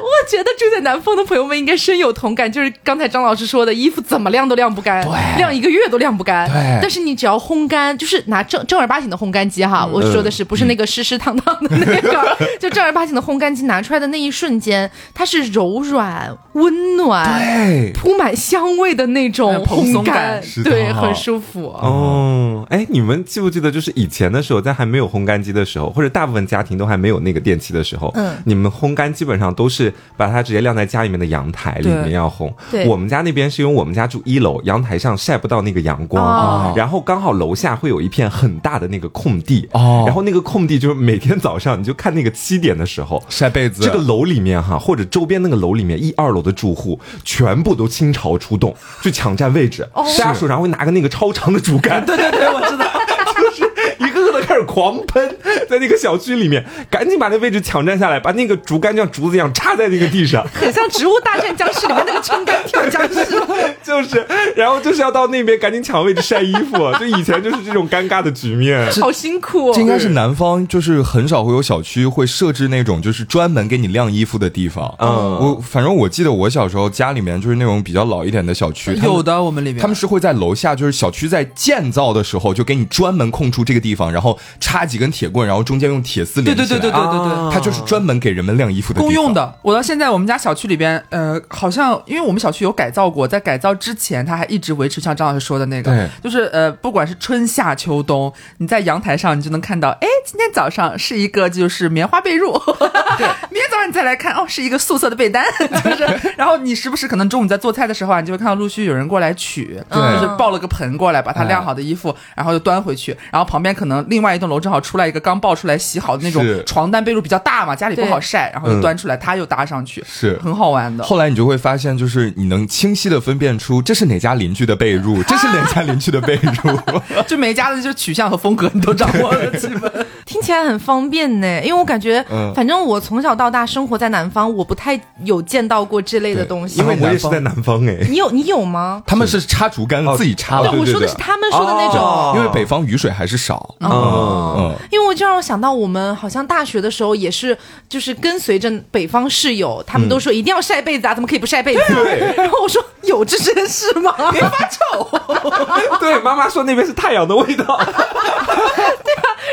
Speaker 1: 我觉得住在南方的朋友们应该深有同感，就是刚才张老师说的，衣服怎么晾都晾不干，
Speaker 4: 对
Speaker 1: 晾一个月都晾不干。
Speaker 4: 对
Speaker 1: 但是你只要烘干，就是拿正正儿八经的烘干机哈，
Speaker 4: 嗯
Speaker 1: 我说的是不是那个湿湿烫烫的那
Speaker 4: [LAUGHS]
Speaker 1: 个，就正儿八经的烘干机拿出来的那一瞬间，它是柔软温暖，
Speaker 4: 哎，
Speaker 1: 铺满香味的那种
Speaker 3: 哎蓬
Speaker 1: 烘
Speaker 3: 松
Speaker 1: 干
Speaker 3: 感，
Speaker 4: 是的
Speaker 1: 对，
Speaker 4: 哦
Speaker 1: 很舒服。
Speaker 2: 哦，哎，你们记不记得，就是以前的时候，在还没有烘干机的时候，或者大部分家庭都还没有那个电器的时候，
Speaker 1: 嗯
Speaker 2: 你们烘干基本上都是把它直接晾在家里面的阳台里面
Speaker 3: 对
Speaker 2: 要烘。
Speaker 1: 对
Speaker 2: 我们家那边是因为我们家住一楼，阳台上晒不到那个阳光，
Speaker 1: 哦
Speaker 2: 然后刚好楼下会有一片很大的那个空地，
Speaker 4: 哦
Speaker 2: 然后那个空地就是每天早上你就看那个七点的时候，
Speaker 4: 晒被子，
Speaker 2: 这个楼里面哈，或者周边那个楼里面一二楼的住户，全部都倾巢出动，去抢占位置。大家手上会拿个那个超长的竹竿，哦 [LAUGHS] 对对对，我知道，就是一个个的开始狂喷，在那个小区里面，赶紧把那位置抢占下来，把那个竹竿像竹子一样插在那个地上。 [LAUGHS]
Speaker 1: 很像《植物大战僵尸》里面那个撑杆跳僵尸。
Speaker 2: 就是，然后就是要到那边赶紧抢位置晒衣服，就以前就是这种尴尬的局面。
Speaker 1: 好辛苦、哦
Speaker 4: 这应该是南方，就是很少会有小区会设置那种就是专门给你晾衣服的地方。
Speaker 2: 嗯
Speaker 4: 我反正我记得我小时候家里面就是那种比较老一点的小区，他们
Speaker 3: 有的我们里面
Speaker 4: 他们是会在楼下，就是小区在建造的时候就给你专门空出这个地方，然后插几根铁棍，然后中间用铁丝
Speaker 3: 对
Speaker 4: 连
Speaker 3: 对
Speaker 4: 起来。
Speaker 3: 对对对对对。
Speaker 2: 啊
Speaker 4: 它就是专门给人们晾衣服的地方
Speaker 3: 公用。的。我到现在我们家小区里边，呃，好像因为我们小区有改造过，在改造之前，它还一直维持像张老师说的那
Speaker 4: 对
Speaker 3: 个，就是呃，不管是春夏秋冬，你在阳台上你就能看到，哎，今天早上是一个就是棉花被褥， [LAUGHS] 对，明天早上你再来看，哦，是一个素色的被单， [LAUGHS]
Speaker 4: [LAUGHS]
Speaker 3: 就是，然后你时不时可能中午你在做菜的时候啊，你就会看到陆续有人过来取，
Speaker 4: 对哎
Speaker 3: 就是抱了个盆过来，把它晾好的衣服，然后就端回去，然后旁边可能另外一栋楼正好出来一个刚抱出来洗好的那种
Speaker 4: 是
Speaker 3: 床单被褥比较大嘛，家里不
Speaker 1: 对
Speaker 3: 好晒，然后
Speaker 2: 嗯
Speaker 3: 又端出来，他又搭上去，
Speaker 4: 嗯是
Speaker 3: 很好玩的。
Speaker 4: 后来你就会发现，就是你能清晰的分辨出这是哪家邻居的
Speaker 3: [LAUGHS]
Speaker 4: 被褥，这是哪家邻居的被褥。
Speaker 3: 就每家的就是取向和风格你都掌握了基本。
Speaker 1: 听起来很方便呢，因为我感觉，
Speaker 4: 嗯
Speaker 1: 反正我从小到大生活在南方，我不太有见到过这类的东西
Speaker 2: 因。为我也
Speaker 4: 南
Speaker 2: 是
Speaker 4: 方
Speaker 2: 在南方哎，
Speaker 1: 你有你有吗？
Speaker 4: 他们是插竹竿
Speaker 2: 哦
Speaker 4: 自己插
Speaker 2: 哦
Speaker 4: 的，
Speaker 2: 对
Speaker 1: 我说的是他们说的那种。
Speaker 2: 哦
Speaker 4: 因为北方雨水还是少。
Speaker 2: 哦
Speaker 4: 嗯，
Speaker 1: 因为我就让我想到，我们好像大学的时候也是，就是跟随着北方室友，他们都说一定要晒被子啊，怎么可以不晒被子、啊？ [LAUGHS] 然后我说有这件事吗？别发臭。
Speaker 2: [LAUGHS] 对，妈妈说那边是太阳的味道。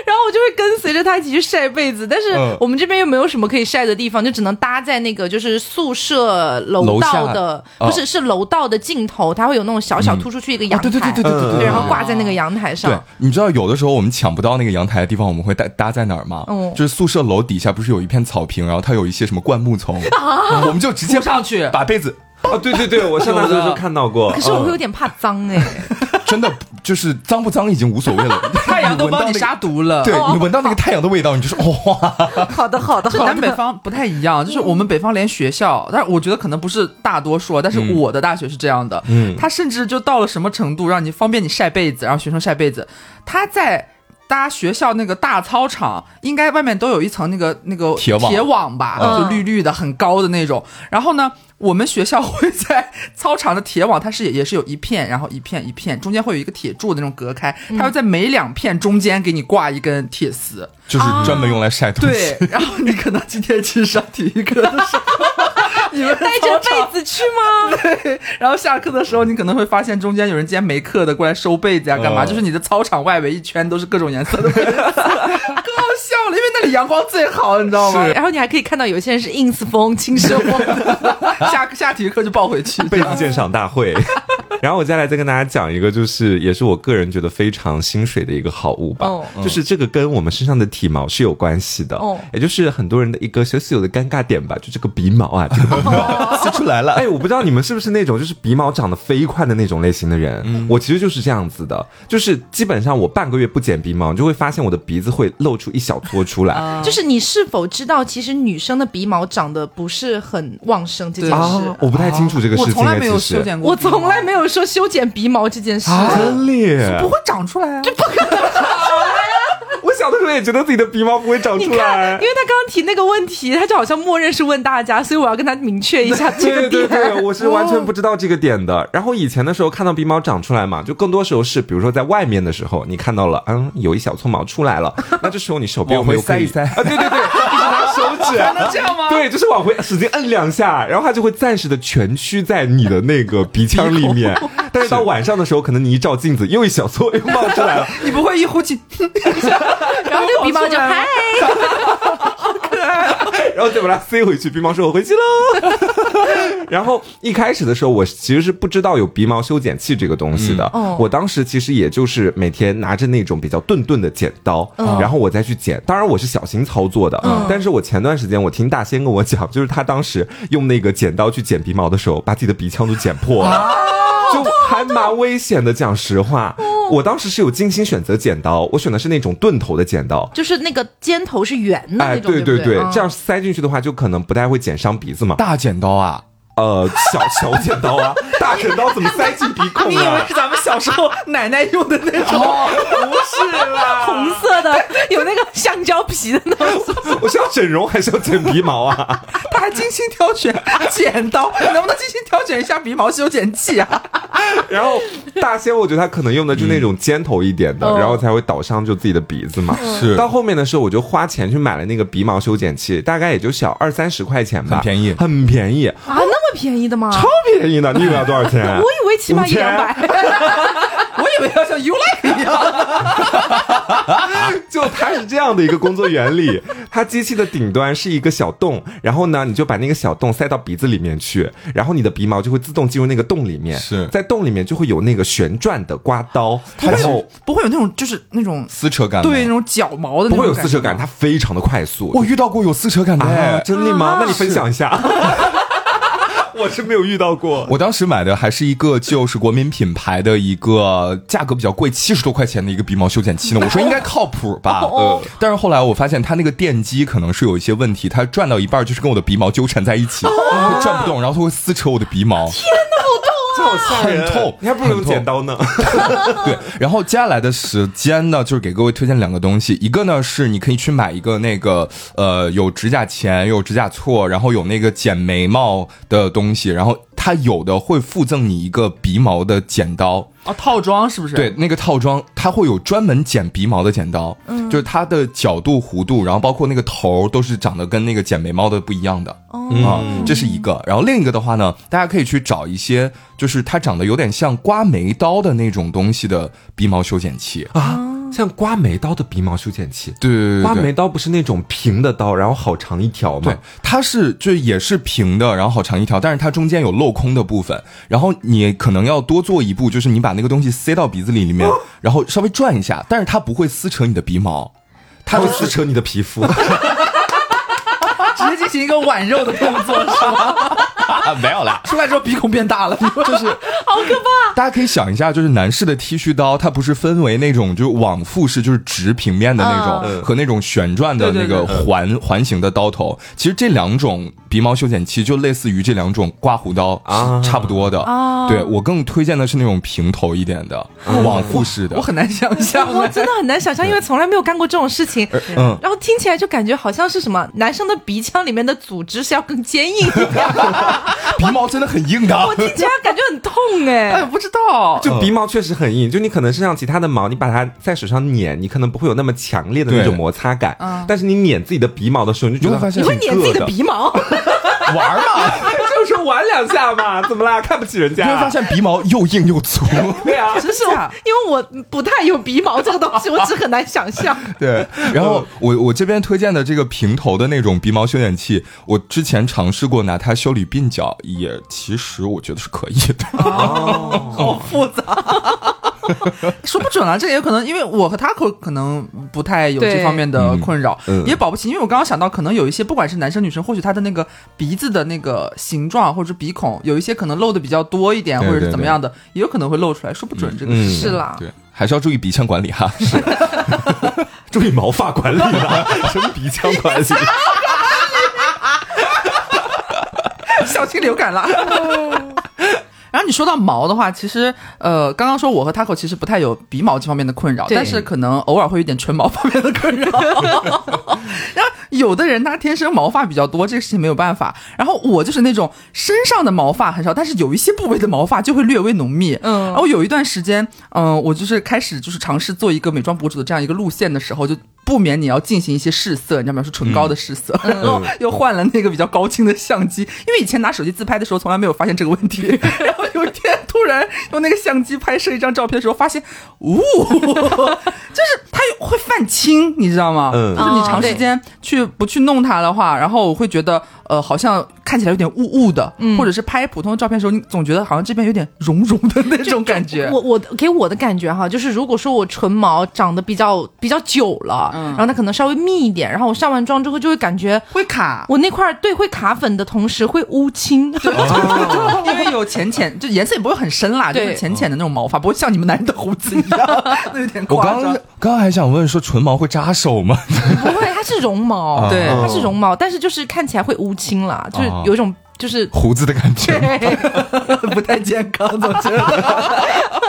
Speaker 1: 然后我就会跟随着他一起去晒被子，但是
Speaker 4: 嗯
Speaker 1: 我们这边又没有什么可以晒的地方，就只能搭在那个就是宿舍楼道的，
Speaker 4: 楼下哦
Speaker 1: 不是、是楼道的尽头，它会有那种小小突出去一个阳台，
Speaker 4: 哦对对对对对对哦
Speaker 1: 然后挂在那个阳台
Speaker 4: 对
Speaker 3: 啊
Speaker 1: 上，，
Speaker 4: 你知道有的时候我们抢不到那个阳台的地方，我们会搭搭在哪儿吗？
Speaker 3: 哦
Speaker 1: 嗯
Speaker 4: 就是宿舍楼底下不是有一片草坪，然后它有一些什么灌木丛，我们就直 [LAUGHS] 接
Speaker 3: 扑啊上去
Speaker 4: [LAUGHS] 把被子，
Speaker 2: 啊，对对对，我上大学的时候看到过。嗯
Speaker 1: 可是我会有点怕脏哎、
Speaker 4: 真的就是脏不脏已经无所谓了，
Speaker 3: [LAUGHS] [LAUGHS] 太阳都
Speaker 4: 闻到
Speaker 3: 帮你
Speaker 4: 那个
Speaker 3: 杀毒了。哦
Speaker 4: 对你闻到那个太阳的味道，你就说哇，
Speaker 1: 好的好的嗯
Speaker 3: 这南北方不太一样，就是我们北方连学校，但是我觉得可能不是大多数，啊但是
Speaker 4: 嗯
Speaker 3: 我的大学是这样的，
Speaker 2: 嗯
Speaker 3: 它甚至就到了什么程度，让你方便你晒被子，让学生晒被子，它在大家学校那个大操场，应该外面都有一层那个那个
Speaker 4: 铁网
Speaker 3: 吧，
Speaker 1: 嗯
Speaker 3: 就绿绿的，很高的那种。然后呢，我们学校 [LAUGHS] 会在操场的铁网，它是也也是有一片，然后一片一片，中间会有一个铁柱的那种隔开，
Speaker 1: 嗯
Speaker 3: 它会在每两片中间给你挂一根铁丝。
Speaker 4: 就是专门用来晒东西。
Speaker 3: 啊对，然后你可能今天去上体育课的时候， [LAUGHS] 你们
Speaker 1: 带
Speaker 3: 操
Speaker 1: 着
Speaker 3: 场
Speaker 1: 被子去吗？
Speaker 3: 然后下课的时候，你可能会发现中间有人今天没课的过来收被子呀、干嘛？
Speaker 4: 嗯
Speaker 3: 就是你的操场外围一圈都是各种颜色的被子，可好笑了，因为那里阳光最好，你知道吗？
Speaker 1: 然后你还可以看到有些人是 ins 风、
Speaker 4: [LAUGHS]
Speaker 1: 轻奢风的，
Speaker 3: 下下体育课就抱回去。
Speaker 2: [LAUGHS] 被子鉴赏大会。然后我接下来再跟大家讲一个，就是也是我个人觉得非常薪水的一个好物吧，
Speaker 1: 哦
Speaker 2: 就是这个跟我们身上的体毛是有关系的，
Speaker 1: 哦
Speaker 2: 也就是很多人的一个小小的尴尬点吧，就这个鼻毛啊，这个
Speaker 3: [LAUGHS]
Speaker 2: 鼻毛。
Speaker 4: 撕出来
Speaker 3: 哦
Speaker 4: 了。
Speaker 2: 哎，我不知道你们是不是那种就是鼻毛长得飞快的那种类型的人。
Speaker 3: 嗯
Speaker 2: 我其实就是这样子的，就是基本上我半个月不剪鼻毛，你就会发现我的鼻子会露出一小撮出
Speaker 3: 啊
Speaker 2: 来。啊
Speaker 1: 就是你是否知道，其实女生的鼻毛长得不是很旺盛这件
Speaker 2: 啊
Speaker 1: 事，？
Speaker 2: 我不太清楚这个事
Speaker 3: 啊我
Speaker 2: 情，哎
Speaker 3: 从来没有
Speaker 2: 其实
Speaker 3: 修剪过
Speaker 1: 我
Speaker 3: 鼻毛，
Speaker 1: 从来没有说修剪鼻毛这件事。
Speaker 2: 啊，真
Speaker 3: 不
Speaker 2: 烈。
Speaker 3: 会长出来啊！这不
Speaker 2: 我小的时候也觉得自己的鼻毛不会长
Speaker 1: 你
Speaker 2: 出
Speaker 1: 看，
Speaker 2: 来
Speaker 1: 因。为他刚刚提那个问题，他就好像默认是问大家，所以我要跟他明确一下 [LAUGHS] 这个
Speaker 2: 对对
Speaker 1: 点。
Speaker 2: 对，我是完全不知道这个点的。然后以前的时候看到鼻毛长出来嘛，就更多时候是，比如说在外面的时候，你看到了，嗯，有一小撮毛出来了，那这时候你手边有
Speaker 4: 往
Speaker 2: 没
Speaker 4: 回
Speaker 2: 有可以
Speaker 4: 塞一塞
Speaker 2: 啊？对对对，就是拿手指，
Speaker 3: 能这样吗？
Speaker 2: 对，就是往回使劲摁两下，然后它就会暂时的蜷曲在你的那个鼻腔里面。但是到晚上的时候，可能你一照镜子，又一小撮又冒出来了。
Speaker 3: [LAUGHS] 你不会一呼气， [LAUGHS]
Speaker 1: [LAUGHS] 然后那个鼻毛就嗨，
Speaker 2: 然后再把它塞回去。鼻毛说：“我回去喽。” [LAUGHS] 然后一开始的时候，我其实是不知道有鼻毛修剪器这个东西的。
Speaker 1: 嗯哦
Speaker 2: 我当时其实也就是每天拿着那种比较钝钝的剪刀，然后我再去剪。当然我是小心操作的，但是我前段时间我听大仙跟我讲，就是他当时用那个剪刀去剪鼻毛的时候，把自己的鼻腔都剪破了。就还蛮危险的，讲实话，我当时是有精心选择剪刀，我选的是那种钝头的剪刀，
Speaker 1: 就是那个尖头是圆的
Speaker 2: 哎，
Speaker 1: 那种，
Speaker 2: 对
Speaker 1: 对不
Speaker 2: 对，
Speaker 1: 嗯
Speaker 2: 这样塞进去的话，就可能不太会剪伤鼻子嘛。
Speaker 4: [LAUGHS] 大剪刀啊，
Speaker 2: 呃，小 [LAUGHS] 小剪刀
Speaker 1: [LAUGHS]
Speaker 2: 啊，大剪刀怎么塞进鼻孔
Speaker 3: 你以为
Speaker 2: 啊？
Speaker 3: 是咱们小时候奶奶用的那
Speaker 2: 哦
Speaker 3: [LAUGHS] 种？
Speaker 2: 不是啦，
Speaker 1: 啊红色的，有那个橡胶皮的那种。
Speaker 2: [LAUGHS] 我是要整容还是要剪鼻毛啊？ [LAUGHS]
Speaker 3: 他还精心挑选剪刀， [LAUGHS] 你能不能精心挑选一下鼻毛修剪器啊？
Speaker 2: 然后大仙，我觉得他可能用的就那种尖头一点的，
Speaker 1: 嗯
Speaker 2: 然后才会倒伤就自己的鼻子嘛。
Speaker 4: 是
Speaker 2: 到后面的时候，我就花钱去买了那个鼻毛修剪器，大概也就小二三十块钱吧，
Speaker 4: 很便宜
Speaker 2: 很便宜，
Speaker 1: 啊，那么便宜的吗？
Speaker 2: 超便宜的。你以为要多少钱？啊
Speaker 1: 我以为起码
Speaker 2: 五
Speaker 1: 一
Speaker 2: 千
Speaker 1: 两百。
Speaker 3: 我以为要像 U like 一样。
Speaker 2: [LAUGHS] 就它是这样的一个工作原理，它机器的顶端是一个小洞，然后呢，你就把那个小洞塞到鼻子里面去，然后你的鼻毛就会自动进入那个洞里面，
Speaker 4: 是
Speaker 2: 在洞里面就会有那个旋转的刮刀，它就
Speaker 3: 不会有那种就是那种
Speaker 4: 撕扯感。
Speaker 3: 对那，种角毛的那
Speaker 2: 不
Speaker 3: 种
Speaker 2: 会有
Speaker 3: 感
Speaker 2: 撕
Speaker 3: 觉
Speaker 2: 扯感，它非常的快速。
Speaker 4: 我遇到过有撕扯感的。
Speaker 2: 啊
Speaker 4: 哎，
Speaker 2: 真的吗？那你分享一下。 [LAUGHS] 我是没有遇到过，
Speaker 4: 我当时买的还是一个就是国民品牌的一个价格比较贵，七十多块钱的一个鼻毛修剪器呢。我说应该靠谱吧，
Speaker 1: 哦
Speaker 4: 呃，但是后来我发现它那个电机可能是有一些问题，它转到一半就是跟我的鼻毛纠缠在一起，
Speaker 3: 哦
Speaker 4: 会转不动，然后它会撕扯我的鼻毛。
Speaker 2: 这好吓人，
Speaker 4: 很痛
Speaker 2: 你还不如用
Speaker 4: 很痛
Speaker 2: 剪刀呢。
Speaker 4: 对，然后接下来的时间呢，就是给各位推荐两个东西，一个呢是你可以去买一个那个呃有指甲钳、有指甲锉，然后有那个剪眉毛的东西，然后它有的会附赠你一个鼻毛的剪刀。
Speaker 3: 哦，套装是不是？
Speaker 4: 对，，那个套装它会有专门剪鼻毛的剪刀，就是它的角度、弧度，然后包括那个头儿都是长得跟那个剪眉毛的不一样的。
Speaker 1: 哦
Speaker 2: 嗯
Speaker 4: 啊，这是一个。然后另一个的话呢，大家可以去找一些，就是它长得有点像刮眉刀的那种东西的鼻毛修剪器。
Speaker 2: 啊，像刮眉刀的鼻毛修剪器，
Speaker 4: 对对对嗯
Speaker 2: 刮
Speaker 4: 对
Speaker 2: 眉
Speaker 4: 对，
Speaker 2: 刀不是那种平的刀，然后好长一条吗
Speaker 4: 对？，它是就也是平的，然后好长一条，但是它中间有镂空的部分。然后你可能要多做一步，就是你把那个东西塞到鼻子里里面，然后稍微转一下，但是它不会撕扯你的鼻毛。它
Speaker 2: 它会
Speaker 4: 就
Speaker 2: 撕
Speaker 4: 是
Speaker 2: 扯你的皮肤。 [LAUGHS]
Speaker 3: 直接进行一个挽肉的动作是吗？
Speaker 4: 啊没有啦。
Speaker 5: 出来之后鼻孔变大了，就是
Speaker 4: 大家可以想一下，就是男士的剃须刀，它不是分为那种就往复式，就是直平面的那种，
Speaker 1: 嗯
Speaker 4: 和那种旋转的那个环环形的刀头。其实这两种鼻毛修剪器就类似于这两种刮胡刀
Speaker 2: 啊
Speaker 4: 差不多的。
Speaker 1: 哦
Speaker 4: 对我更推荐的是那种平头一点的，往复式的
Speaker 5: 我。很难想象
Speaker 1: 哦我真的很难想象，因为从来没有干过这种事
Speaker 2: [LAUGHS]
Speaker 1: 情。
Speaker 4: 嗯
Speaker 1: 然后听起来就感觉好像是什么男生的鼻腔里面的组织是要更坚
Speaker 2: [LAUGHS]
Speaker 1: 硬一点，
Speaker 4: 鼻毛真的很硬的。
Speaker 1: 我听起来感觉很痛哎、
Speaker 3: 哎，我不知道，
Speaker 2: 就鼻毛确实很硬，就你可能身上其他的毛，你把它在手上捻，你可能不会有那么强烈的那
Speaker 4: 对
Speaker 2: 种摩擦感，但是你捻自己的鼻毛的时候，你就觉
Speaker 4: 你会
Speaker 2: 得哎
Speaker 4: 发现
Speaker 1: 你会
Speaker 2: 挺
Speaker 1: 捻自己
Speaker 2: 硌
Speaker 1: 的鼻毛，
Speaker 4: 玩嘛，
Speaker 1: [LAUGHS]
Speaker 2: 就是哎玩两下嘛，怎么啦？看不起人
Speaker 4: 你
Speaker 2: 家？啊
Speaker 4: 会
Speaker 2: [LAUGHS]
Speaker 4: 发现鼻毛又硬又粗。
Speaker 2: 对啊，
Speaker 3: [LAUGHS]
Speaker 1: 真是我
Speaker 3: 假，
Speaker 1: 因为我不太有鼻毛这个东西，我只很难想
Speaker 3: [LAUGHS]
Speaker 1: 象。
Speaker 4: [LAUGHS] 对，然后我我这边推荐的这个平头的那种鼻毛修剪器，我之前尝试过拿它修理鬓角，也其实我觉得是可以的。
Speaker 3: 哦 [LAUGHS] 说不准啊，这也有可能，因为我和他可可能不太有这
Speaker 1: 对
Speaker 3: 方面的困扰，
Speaker 2: 嗯嗯
Speaker 3: 也保不齐。因为我刚刚想到，可能有一些不管是男生女生，或许他的那个鼻子的那个形状或者鼻孔，有一些可能露的比较多一点，
Speaker 4: 对
Speaker 3: 或者是怎么样的，也有可能会露出来，说不准这个
Speaker 2: 嗯
Speaker 1: 是
Speaker 3: 事。
Speaker 1: 啦，
Speaker 4: 对，还是要注意鼻腔管理哈。
Speaker 2: 注意毛发管理啦，什么鼻腔 [LAUGHS] 管理？
Speaker 3: 小心流感了。 [LAUGHS] 然后你说到毛的话，其实呃，刚刚说我和 Taco 其实不太有鼻毛这方面的困扰，
Speaker 1: 对
Speaker 3: 但是可能偶尔会有点唇毛方面的困扰。 [LAUGHS] 然后有的人他天生毛发比较多，这个事情没有办法。然后我就是那种身上的毛发很少，但是有一些部位的毛发就会略微浓密。
Speaker 1: 嗯
Speaker 3: 然后有一段时间，嗯、我就是开始就是尝试做一个美妆博主的这样一个路线的时候，就不免你要进行一些试色，你知道吗？是唇膏的试色， [LAUGHS] 然后又换了那个比较高清的相机，因为以前拿手机自拍的时候从来没有发现这个问题，然后有一天突然用那个相机拍摄一张照片的时候，发现，呜、 [LAUGHS] 就是它会泛青，你知道吗？
Speaker 2: 嗯
Speaker 3: 就是你长时间去不去弄它的话，然后我会觉得，呃，好像看起来有点雾雾的，或者是拍普通的照片的时候，你总觉得好像这边有点绒绒的那种感
Speaker 1: [LAUGHS]
Speaker 3: 觉。
Speaker 1: 我我给我的感觉哈，就是如果说我唇毛长得比较比较久了，
Speaker 3: 嗯
Speaker 1: 然后它可能稍微密一点，然后我上完妆之后就会感觉
Speaker 3: 会卡，
Speaker 1: 我那块儿对会卡粉的同时会乌青， [LAUGHS]
Speaker 3: 哦因为有浅浅，就颜色也不会很深啦，就
Speaker 1: 对
Speaker 3: 是浅浅的那种毛发，不会像你们男人的胡子一样，那有点
Speaker 4: 我
Speaker 3: 夸
Speaker 4: 刚 [LAUGHS]
Speaker 3: 张
Speaker 4: 刚。刚还想问说，唇毛会扎手吗？
Speaker 1: 不会，它是绒毛，
Speaker 3: 对
Speaker 1: 它是绒毛，但是就是看起来会乌青啦，
Speaker 3: 哦
Speaker 1: 就是有一种
Speaker 3: [LAUGHS]
Speaker 1: 就是。
Speaker 4: 胡子的感觉。
Speaker 1: 对， [LAUGHS]
Speaker 3: 呃不太健康，总觉得。 [LAUGHS]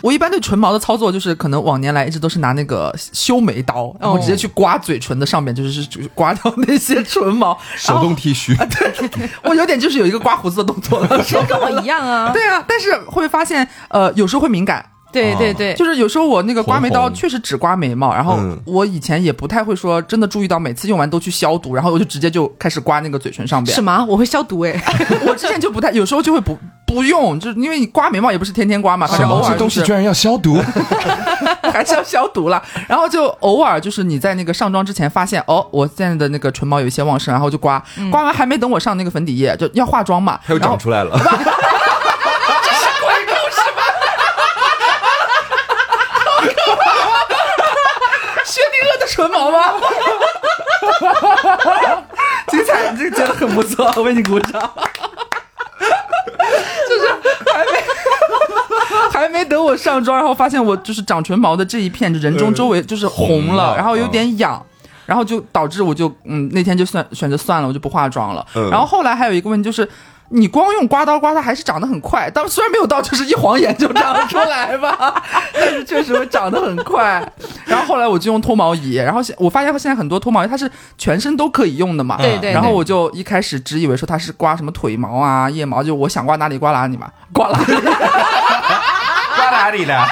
Speaker 3: 我一般对唇毛的操作就是，可能往年来一直都是拿那个修眉刀，然后直接去刮嘴唇的上面，就是就是刮掉那些唇毛。
Speaker 4: 手动剃须，
Speaker 3: 我有点就是有一个刮胡子的动作了。
Speaker 1: 其实跟我一样啊。
Speaker 3: 对啊，但是会发现，呃，有时候会敏感，
Speaker 1: 对对对，
Speaker 3: 就是有时候我那个刮眉
Speaker 4: 红
Speaker 3: 刀
Speaker 4: 红
Speaker 3: 确实只刮眉毛，然后
Speaker 2: 嗯
Speaker 3: 我以前也不太会说真的注意到，每次用完都去消毒，然后我就直接就开始刮那个嘴唇上边
Speaker 1: 什。么？我会消毒哎。 [LAUGHS]
Speaker 3: 我之前就不太，有时候就会不不用，就是因为你刮眉毛也不是天天刮嘛，反
Speaker 4: 什
Speaker 3: 正偶
Speaker 4: 么
Speaker 3: 尔、
Speaker 4: 这
Speaker 3: 就
Speaker 4: 东
Speaker 3: 是
Speaker 4: 西居然要消毒？
Speaker 3: 还是要消毒了。然后就偶尔就是你在那个上妆之前发现，哦，我现在的那个唇毛有一些旺盛，然后就刮，刮完还没等我上那个粉底液，就要化妆嘛，
Speaker 2: 它又
Speaker 3: 然后
Speaker 2: 长出来 [LAUGHS] 了，
Speaker 3: 薛定谔的唇毛吗？ [LAUGHS] 精彩，你这个真的很不错，我为你鼓掌。就是还没 [LAUGHS] 还没等我上妆，然后发现我就是长唇毛的这一片，就人中周围就是红
Speaker 4: 红
Speaker 3: 了，
Speaker 4: 了
Speaker 3: 然后有点
Speaker 1: 嗯
Speaker 3: 痒。然后就导致我就嗯那天就算选择算了，我就不化妆了。
Speaker 2: 嗯
Speaker 3: 然后后来还有一个问题就是，你光用刮刀刮它还是长得很快，但虽然没有到就是一晃眼就长出来吧， [LAUGHS] 但是确实会长得很快。然后后来我就用脱毛仪，然后现我发现现在很多脱毛仪它是全身都可以用的嘛，
Speaker 1: 对对
Speaker 3: 然后我就一开始只以为说它是刮什么腿毛啊、腋毛，就我想刮哪里刮哪里嘛，刮哪里。
Speaker 4: 刮哪里的？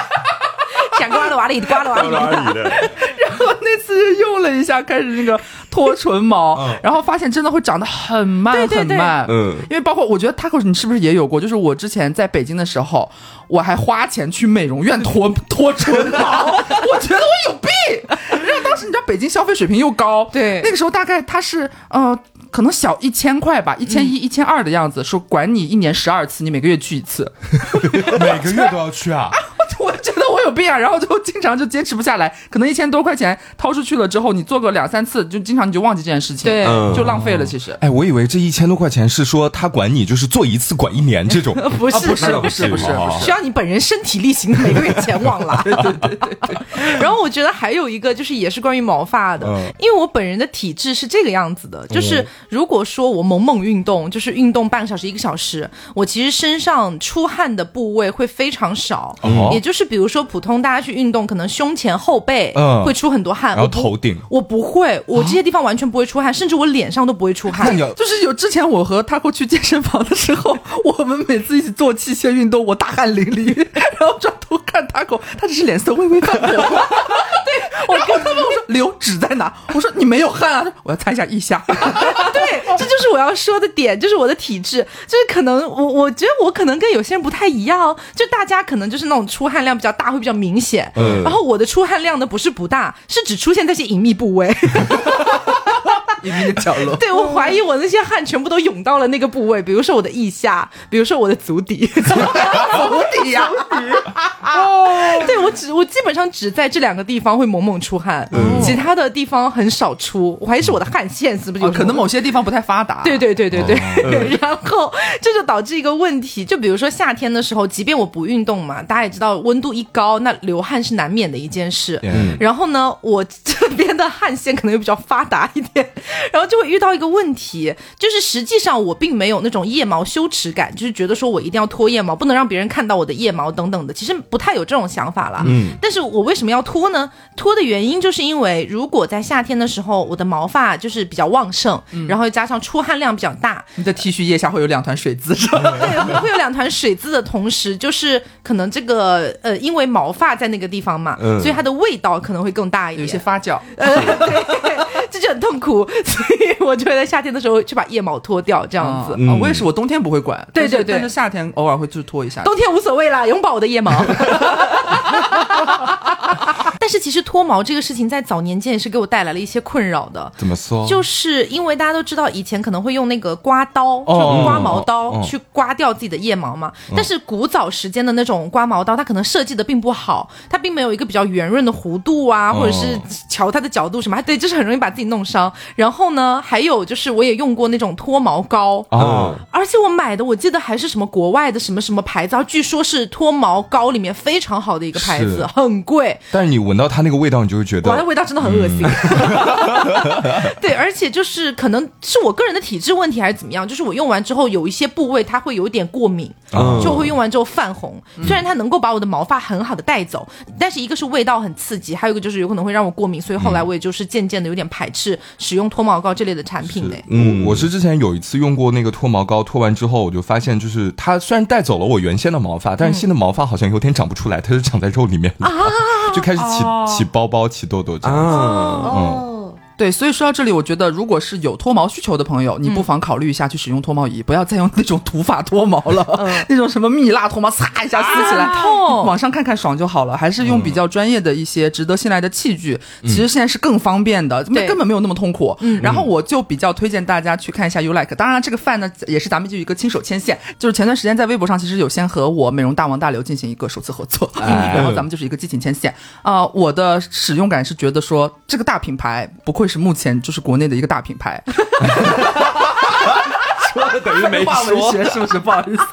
Speaker 1: 想刮的瓦里，刮的
Speaker 3: [LAUGHS]
Speaker 1: 瓦
Speaker 2: [LAUGHS]
Speaker 1: 里。
Speaker 2: 哪里的？
Speaker 3: 我那次就用了一下，开始那个脱唇毛，然后发现真的会长得很慢
Speaker 1: 对对
Speaker 3: 很
Speaker 1: 对
Speaker 3: 慢。
Speaker 2: 嗯
Speaker 3: 因为包括我觉得 Taco 你是不是也有过？就是我之前在北京的时候，我还花钱去美容院脱 [LAUGHS] 脱唇毛，我觉得我有病。然后当时你知道北京消费水平又高，
Speaker 1: 对
Speaker 3: 那个时候大概它是呃。可能小一千块吧，一千一、一千二的样子，说管你一年十二次，你每个月去一次，
Speaker 4: 每个月都要去啊？
Speaker 3: [LAUGHS] 我觉得我有有病啊！然后就经常就坚持不下来，可能一千多块钱掏出去了之后，你做个两三次，就经常你就忘记这件事情，
Speaker 1: 对嗯
Speaker 3: 就浪费了。其实
Speaker 4: 哎，我以为这一千多块钱是说他管你，就是做一次管一年这种，
Speaker 1: 不是
Speaker 4: 啊
Speaker 1: 不
Speaker 4: 不是是不是不是
Speaker 1: 需要你本人身体力行的每个月前往来。对对对。 [LAUGHS] 然后我觉得还有一个就是也是关于毛发的
Speaker 4: 嗯，
Speaker 1: 因为我本人的体质是这个样子的，就是如果说我猛猛运动，就是运动半个小时一个小时，我其实身上出汗的部位会非常少
Speaker 4: 哦，
Speaker 1: 也就是比如说普通大家去运动，可能胸前后背
Speaker 4: 嗯
Speaker 1: 会出很多汗，
Speaker 4: 然后
Speaker 1: 我不
Speaker 4: 头顶。啊
Speaker 1: 我不会，我这些地方完全不会出汗，甚至我脸上都不会出汗
Speaker 4: 那。 [LAUGHS] 你要
Speaker 3: 就是有之前我和 Taco 去健身房的时候，我们每次一起做器械运动，我大汗淋漓，然后转头看 Taco，他只是脸色微微
Speaker 4: [LAUGHS]
Speaker 3: 泛红。对，我跟他们我说留指在哪？我说你没有汗啊，他说我要擦一下腋
Speaker 4: [LAUGHS]
Speaker 3: 下。
Speaker 1: [LAUGHS] 对，这就是我要说的点，就是我的体质，就是可能我我觉得我可能跟有些人不太一样，哦就大家可能就是那种出汗量比较大，会比较明显。
Speaker 4: 嗯
Speaker 1: 然后我的出汗量呢不是不大，是只出现在一些隐秘部
Speaker 3: [LAUGHS]
Speaker 1: 位。
Speaker 3: 隐秘的角落。
Speaker 1: 对我怀疑我那些汗全部都涌到了那个部位，比如说我的腋下，比如说我的足底。
Speaker 3: 无敌呀！
Speaker 4: [LAUGHS]
Speaker 3: 哦
Speaker 1: [LAUGHS] 啊对我只我基本上只在这两个地方会猛猛出汗，
Speaker 3: 嗯
Speaker 1: 其他的地方很少出。我怀疑是我的汗腺是不是有什么
Speaker 3: 啊哦可能某些地方不太发达。
Speaker 1: 对对对对对， [LAUGHS] 然后这就导致一个问题，就比如说夏天的时候，即便我不运动嘛，大家也知道温度一高，那流汗是难免的一件事。
Speaker 4: 嗯
Speaker 1: 然后呢，我这边的汗腺可能又比较发达一点，然后就会遇到一个问题，就是实际上我并没有那种腋毛羞耻感，就是觉得说我一定要脱腋毛，不能让别人看到我的腋毛等等的，其实不太有这种想法啦。嗯，但是我为什么要脱呢？脱的原因就是因为如果在夏天的时候，我的毛发就是比较旺盛，
Speaker 3: 嗯
Speaker 1: 然后加上出汗量比较大，
Speaker 3: 你的 T 恤腋下会有两团水渍，是吧？
Speaker 1: 对，会有两团水渍的同时，就是可能这个呃，因为毛发在那个地方嘛，
Speaker 2: 嗯
Speaker 1: 所以它的味道可能会更大一
Speaker 3: 有
Speaker 1: 点。
Speaker 3: 一些发酵。
Speaker 1: 呃，对， [LAUGHS] 这就很痛苦，所以我就会在夏天的时候去把腋毛脱掉，这样子。
Speaker 3: 啊，我也是，我冬天不会管，
Speaker 1: 对
Speaker 3: 但是
Speaker 1: 对对
Speaker 3: 但是夏天偶尔会去拖一下。
Speaker 1: 冬天无所谓啦，永葆我的腋毛。但是其实脱毛这个事情在早年间也是给我带来了一些困扰的，
Speaker 4: 怎么说？
Speaker 1: 就是因为大家都知道以前可能会用那个刮刀，
Speaker 4: 哦
Speaker 1: 就刮毛
Speaker 4: 哦
Speaker 1: 刀
Speaker 4: 哦
Speaker 1: 去刮掉自己的腋毛嘛。
Speaker 4: 嗯
Speaker 1: 但是古早时间的那种刮毛刀，它可能设计的并不好，它并没有一个比较圆润的弧度啊，
Speaker 4: 哦
Speaker 1: 或者是瞧它的角度什么，对，就是很容易把自己弄伤。然后呢，还有就是我也用过那种脱毛膏。
Speaker 4: 哦，
Speaker 1: 而且我买的，我记得还是什么国外的什么什么牌子，啊，据说是脱毛膏里面非常好的一个牌
Speaker 4: 是
Speaker 1: 子，很贵。
Speaker 4: 但是你闻到它那个味道，你就会觉
Speaker 1: 哇，那
Speaker 4: 得
Speaker 1: 味道真的很恶心。 [LAUGHS] 对，而且就是可能是我个人的体质问题还是怎么样，就是我用完之后有一些部位它会有一点过敏，
Speaker 2: 嗯
Speaker 1: 就会用完之后泛红。虽然它能够把我的毛发很好的带走，但是一个是味道很刺激，还有一个就是有可能会让我过敏，所以后来我也就是渐渐的有点排斥使用脱毛膏这类的产品嘞。
Speaker 4: 嗯，我是之前有一次用过那个脱毛膏，脱完之后我就发现，就是它虽然带走了我原先的毛发，但是新的毛发好像有点长不出来，它是长在肉里面的， [LAUGHS] 就开始起起包包、起痘痘这样。
Speaker 2: 啊，
Speaker 1: 哦，
Speaker 3: 对，所以说到这里，我觉得如果是有脱毛需求的朋友，你不妨考虑一下去使用脱毛仪，不要再用那种土法脱毛了， [LAUGHS] 那种什么蜜蜡脱毛，擦一下撕起来，
Speaker 1: 啊痛
Speaker 3: 网上看看爽就好了，还是用比较专业的一些值得信赖的器具，其实现在是更方便的，
Speaker 1: 对
Speaker 3: 根本没有那么痛苦。然后我就比较推荐大家去看一下 Ulike，当然这个饭呢也是咱们就一个亲手牵线，就是前段时间在微博上其实有先和我美容大王大刘进行一个首次合作，然 [LAUGHS] 后咱们就是一个激情牵线。啊、我的使用感是觉得说这个大品牌不愧是目前就是国内的一个大品牌，
Speaker 2: [LAUGHS] 等 [LAUGHS]
Speaker 3: [LAUGHS]
Speaker 2: 于没
Speaker 3: 化文
Speaker 2: 说。
Speaker 3: 学是不是？不好意思。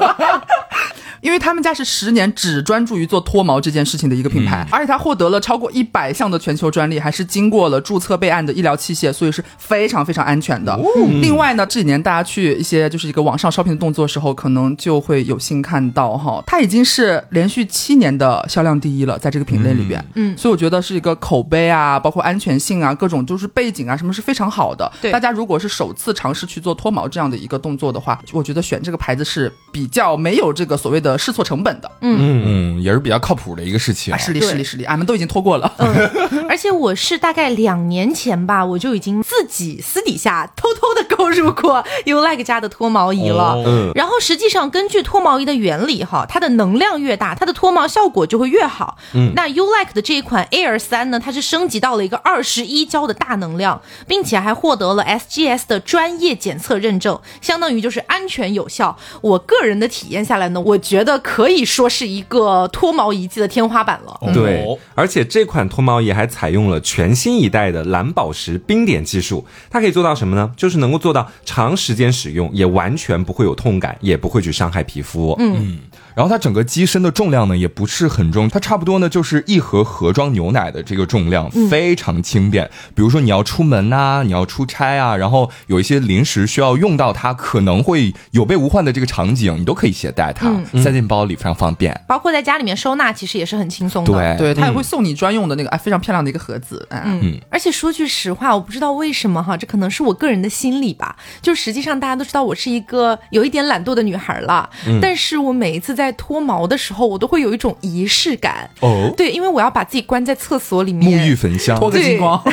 Speaker 3: 因为他们家是十年只专注于做脱毛这件事情的一个
Speaker 2: 嗯
Speaker 3: 品牌，而且它获得了超过一百项的全球专利，还是经过了注册备案的医疗器械，所以是非常非常安全的。
Speaker 2: 哦
Speaker 3: 另外呢，这几年大家去一些就是一个网上 shopping 的动作的时候，可能就会有幸看到哈，它已经是连续七年的销量第一了，在这个品类里边，嗯，所以我觉得是一个口碑啊，包括安全性啊，各种就是背景啊，什么是非常好的。
Speaker 1: 对
Speaker 3: 大家如果是首次尝试去做脱毛这样的一个动作的话，我觉得选这个牌子是比较没有这个所谓的试错成本的。
Speaker 4: 嗯，也是比较靠谱的一个事情
Speaker 3: 啊，。实力实力实力，俺们都已经脱过了。
Speaker 1: 而且我是大概两年前吧，我就已经自己私底下偷偷的购入过 Ulike 家的脱毛仪了。
Speaker 4: 哦
Speaker 2: 嗯
Speaker 1: 然后实际上根据脱毛仪的原理哈，它的能量越大，它的脱毛效果就会越好。嗯，那 Ulike 的这一款 Air 三呢，它是升级到了一个二十一焦的大能量，并且还获得了 SGS 的专业检测认证，相当于就是安全有效。我个人的体验下来呢，我觉觉得可以说是一个脱毛仪器的天花板了。
Speaker 2: 对
Speaker 4: 哦，
Speaker 2: 而且这款脱毛仪还采用了全新一代的蓝宝石冰点技术，它可以做到什么呢？就是能够做到长时间使用，也完全不会有痛感，也不会去伤害皮肤。嗯，
Speaker 4: 然后它整个机身的重量呢也不是很重，它差不多呢就是一盒盒装牛奶的这个重量，非常轻便。比如说你要出门呐、你要出差啊，然后有一些临时需要用到它，可能会有备无患的这个场景，你都可以携带它，塞进包里非常方便。
Speaker 1: 包括在家里面收纳，其实也是很轻松的。
Speaker 4: 对，
Speaker 5: 对，他也会送你专用的那个
Speaker 3: 啊
Speaker 5: 哎，非常漂亮的一个盒子，
Speaker 3: 哎
Speaker 5: 嗯，
Speaker 1: 嗯，而且说句实话，我不知道为什么哈，这可能是我个人的心理吧。就实际上大家都知道我是一个有一点懒惰的女孩了，
Speaker 4: 嗯
Speaker 1: 但是我每一次在脱毛的时候，我都会有一种仪式感。
Speaker 4: 哦
Speaker 1: 对，因为我要把自己关在厕所里
Speaker 4: 沐浴 [LAUGHS]
Speaker 1: 面，
Speaker 4: 焚香，
Speaker 5: 脱个
Speaker 1: 对
Speaker 5: 精光，
Speaker 3: [LAUGHS]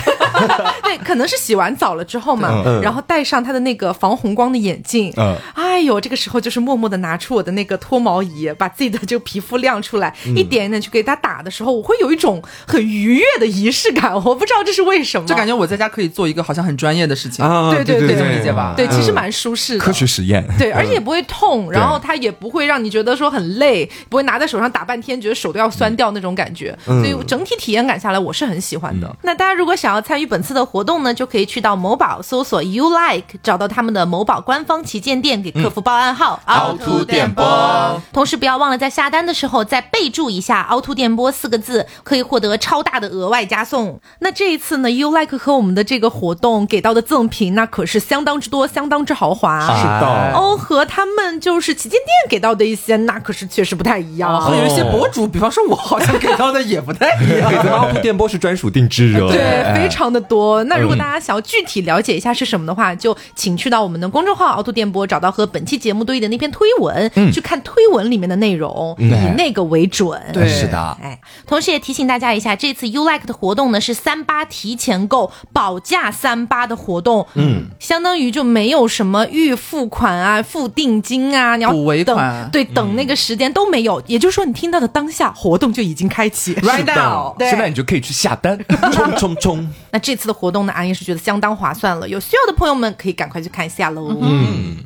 Speaker 1: 对，可能是洗完澡了之后嘛，
Speaker 2: 嗯
Speaker 1: 然后戴上它的那个防红光的眼镜，
Speaker 4: 嗯
Speaker 1: 哎呦，这个时候就是默默的拿出我的那个脱毛仪，把自己的这个皮肤亮出来，
Speaker 4: 嗯
Speaker 1: 一点一点去给它打的时候，我会有一种很愉悦的仪式感，我不知道这是为什么，
Speaker 5: 就感觉我在家可以做一个好像很专业的事情，
Speaker 2: 啊，
Speaker 1: 对对
Speaker 2: 对
Speaker 1: 对
Speaker 5: 这么理解吧
Speaker 1: 对，
Speaker 2: 嗯
Speaker 1: 其实蛮舒适的。
Speaker 4: 科学
Speaker 2: [LAUGHS]
Speaker 4: 实验。
Speaker 1: 对，而且也不会痛，然后它也不会让你觉得说很累，不会拿在手上打半天，觉得手都要酸掉那种感觉。
Speaker 2: 嗯
Speaker 1: 所以整体体验感下来，我是很喜欢的。那大家如果想要参与本次的活动呢，就可以去到某宝搜索 “You Like”，找到他们的某宝官方旗舰店，给客服报暗号“
Speaker 2: 嗯
Speaker 1: 凹凸电波”。同时不要忘了在下单的时候再备注一下“凹凸电波”四个字，可以获得超大的额外加送。那这一次呢，You Like 和我们的这个活动给到的赠品，那可是相当之多，相当之豪华。
Speaker 2: 是
Speaker 3: 啊
Speaker 2: 的，
Speaker 1: 欧哦和他们就是旗舰店给到的一些，那可是确实不太一样。
Speaker 3: 哦
Speaker 5: 和有一些博主，比方说我好像给到的也不太一样。
Speaker 2: 给 [LAUGHS] 咱们凹凸电波是专属定制哦。
Speaker 1: 对， [LAUGHS] 非常的多。那如果大家想要具体了解一下是什么的话，就请去到我们的公众号“凹凸电波”，找到和本期节目对应的那篇推文，去看推文里面的内容，以那个为准。
Speaker 5: 对
Speaker 4: 是的，
Speaker 1: 哎，同时也提醒大家一下，这次 U Like 的活动呢是三八提前购保价三八的活动，嗯，相当于就没有什么预付款啊、付定金啊，你要
Speaker 5: 补尾
Speaker 1: 等
Speaker 5: 款嗯
Speaker 1: 对，等那个时间都没有。也就是说，你听到的当下，活动就已经开
Speaker 5: [LAUGHS]
Speaker 1: 启。
Speaker 5: Right now，
Speaker 1: 对
Speaker 4: 现在你就可以去下单。
Speaker 2: 冲冲冲！
Speaker 1: 那这次的活动呢，阿英是觉得相当划算了，有需要的朋友们可以赶快去看一下喽。嗯。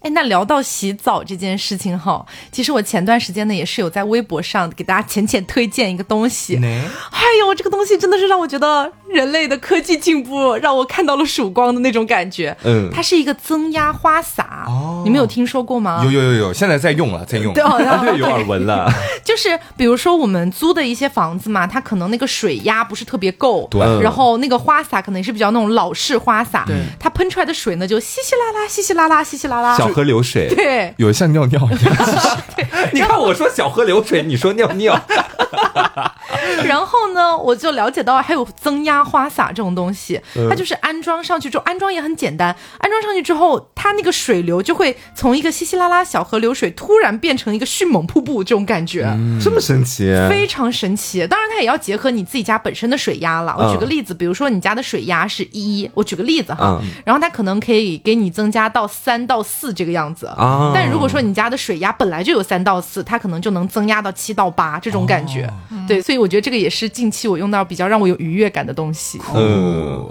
Speaker 1: 哎，那聊到洗澡这件事情哈，其实我前段时间呢也是有在微博上给大家浅浅推荐一个东西。哎呦，这个东西真的是让我觉得人类的科技进步让我看到了曙光的那种感觉。
Speaker 2: 嗯
Speaker 1: 它是一个增压花洒，
Speaker 4: 哦
Speaker 1: 你们有听说过吗？
Speaker 4: 有有有有，现在在用了，在用。
Speaker 1: 对，好
Speaker 2: 啊，
Speaker 1: 像
Speaker 2: 对，有耳闻了。
Speaker 1: [LAUGHS] 就是比如说我们租的一些房子嘛，它可能那个水压不是特别够，
Speaker 4: 对
Speaker 1: 然后那个花洒可能也是比较那种老式花洒，它喷出来的水呢就稀稀拉拉、稀稀拉拉、稀稀拉拉，
Speaker 2: 小河流水，
Speaker 1: 对。
Speaker 4: [LAUGHS] 有像尿尿一样，
Speaker 2: [LAUGHS] 你看我说小河流水，你说尿尿，
Speaker 1: 然后呢，我就了解到还有增压花洒这种东西，它就是安装上去之后，安装也很简单，安装上去之后，它那个水流就会从一个稀稀拉拉小河流水突然变成一个迅猛瀑布这种感觉。
Speaker 2: [LAUGHS] 这么神奇？ [LAUGHS]
Speaker 1: 非常神奇。当然，它也要结合你自己家本身的水压
Speaker 2: 嗯
Speaker 1: 了。我举个例子，比如说你家的水压是一，我举个例子哈，
Speaker 2: 嗯
Speaker 1: 然后它可能可以给你增加到三到四这个样子。
Speaker 2: 啊
Speaker 1: 但如果说你家的水压本来就有三到四，它可能就能增压到七到八这种感
Speaker 2: 哦
Speaker 1: 觉。对，所以我觉得这个也是近期我用到比较让我有愉悦感的东
Speaker 2: [LAUGHS]
Speaker 1: 西。
Speaker 4: 嗯，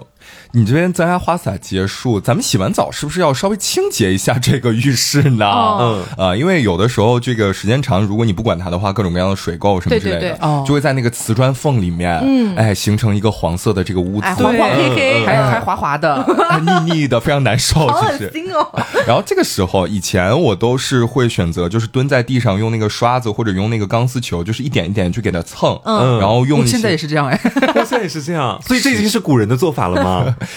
Speaker 4: 你这边咱家花洒结束，咱们洗完澡是不是要稍微清洁一下这个浴室呢？
Speaker 1: 哦
Speaker 4: 嗯，啊，因为有的时候这个时间长，如果你不管它的话，各种各样的水垢什么
Speaker 1: 对
Speaker 4: 之类的，
Speaker 1: 对对
Speaker 5: 哦
Speaker 4: 就会在那个瓷砖缝里面，嗯，哎，形成一个黄色的这个污渍，
Speaker 1: 哎，黄黄黑
Speaker 4: 嗯
Speaker 1: 黑，
Speaker 5: 还还滑滑的，
Speaker 4: 哎腻腻的，非常难受，
Speaker 1: 好
Speaker 4: 其
Speaker 1: 恶
Speaker 4: 实。
Speaker 1: 心哦。
Speaker 4: 然后这个时候，以前我都是会选择就是蹲在地上用那个刷子或者用那个钢丝球，就是一点一点去给它蹭，嗯，然后用
Speaker 5: 我
Speaker 4: 一些
Speaker 5: 现在也是这样哎，
Speaker 2: 哦现在也是这样，所以这已经是古人的做法了吗？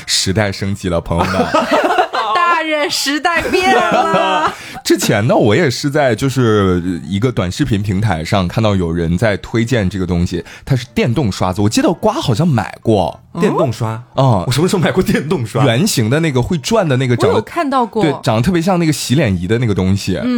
Speaker 4: 时代升级了，朋友们。
Speaker 1: [LAUGHS] 大人时代变
Speaker 2: [LAUGHS]
Speaker 1: 了，
Speaker 4: 之前呢，我也是在就是一个短视频平台上看到有人在推荐这个东西，它是电动刷子。我记得瓜好像买过，
Speaker 2: [LAUGHS] 电动刷
Speaker 4: 嗯
Speaker 2: 哦我什么时候买过电动刷？
Speaker 4: 圆形的那个会转的那个，
Speaker 1: 我
Speaker 4: 长
Speaker 1: 有
Speaker 4: 得
Speaker 1: 看到过。
Speaker 4: 对，长得特别像那个洗脸仪的那个东西。嗯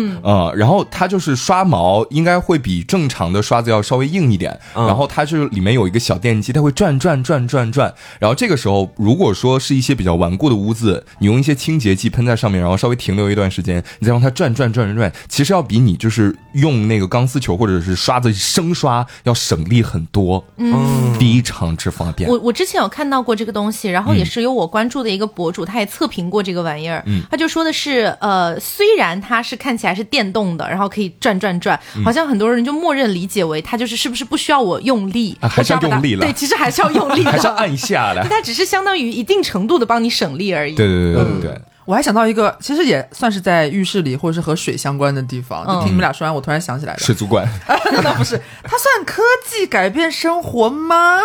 Speaker 4: 然后它就是刷毛，应该会比正常的刷子要稍微硬一点。
Speaker 2: 嗯
Speaker 4: 然后它就是里面有一个小电机，它会转转转转转。然后这个时候，如果说是一些比较顽固的污渍，你用一些清洁剂喷在上面，然后稍微停留一段时间，你再让它转转转转转，其实要比你就是用那个钢丝球或者是刷子生刷要省力很多，嗯，非常之方便。
Speaker 1: 我我之前有有看到过这个东西，然后
Speaker 4: 嗯
Speaker 1: 也是有我关注的一个博主，他也测评过这个玩意儿，他就说的是，呃，虽然它是看起来是电动的，然后可以转转转，
Speaker 4: 嗯
Speaker 1: 好像很多人就默认理解为它就是是不是不需要我用力，
Speaker 4: 啊还是要
Speaker 1: 我只把它
Speaker 4: 用力了
Speaker 1: 对，其实还是要用力
Speaker 4: [LAUGHS] 还是要
Speaker 1: 的，
Speaker 4: 按一下的
Speaker 1: 但。它只是相当于一定程度的帮你省力而已。
Speaker 4: 啊对对对对对，
Speaker 3: [LAUGHS] 我还想到一个，其实也算是在浴室里或者是和水相关的地方。就
Speaker 4: 嗯
Speaker 3: 听你们俩说完，我突然想起来了。
Speaker 4: [LAUGHS] 水族馆，
Speaker 3: [LAUGHS] 那不是，它算科技改变生活吗？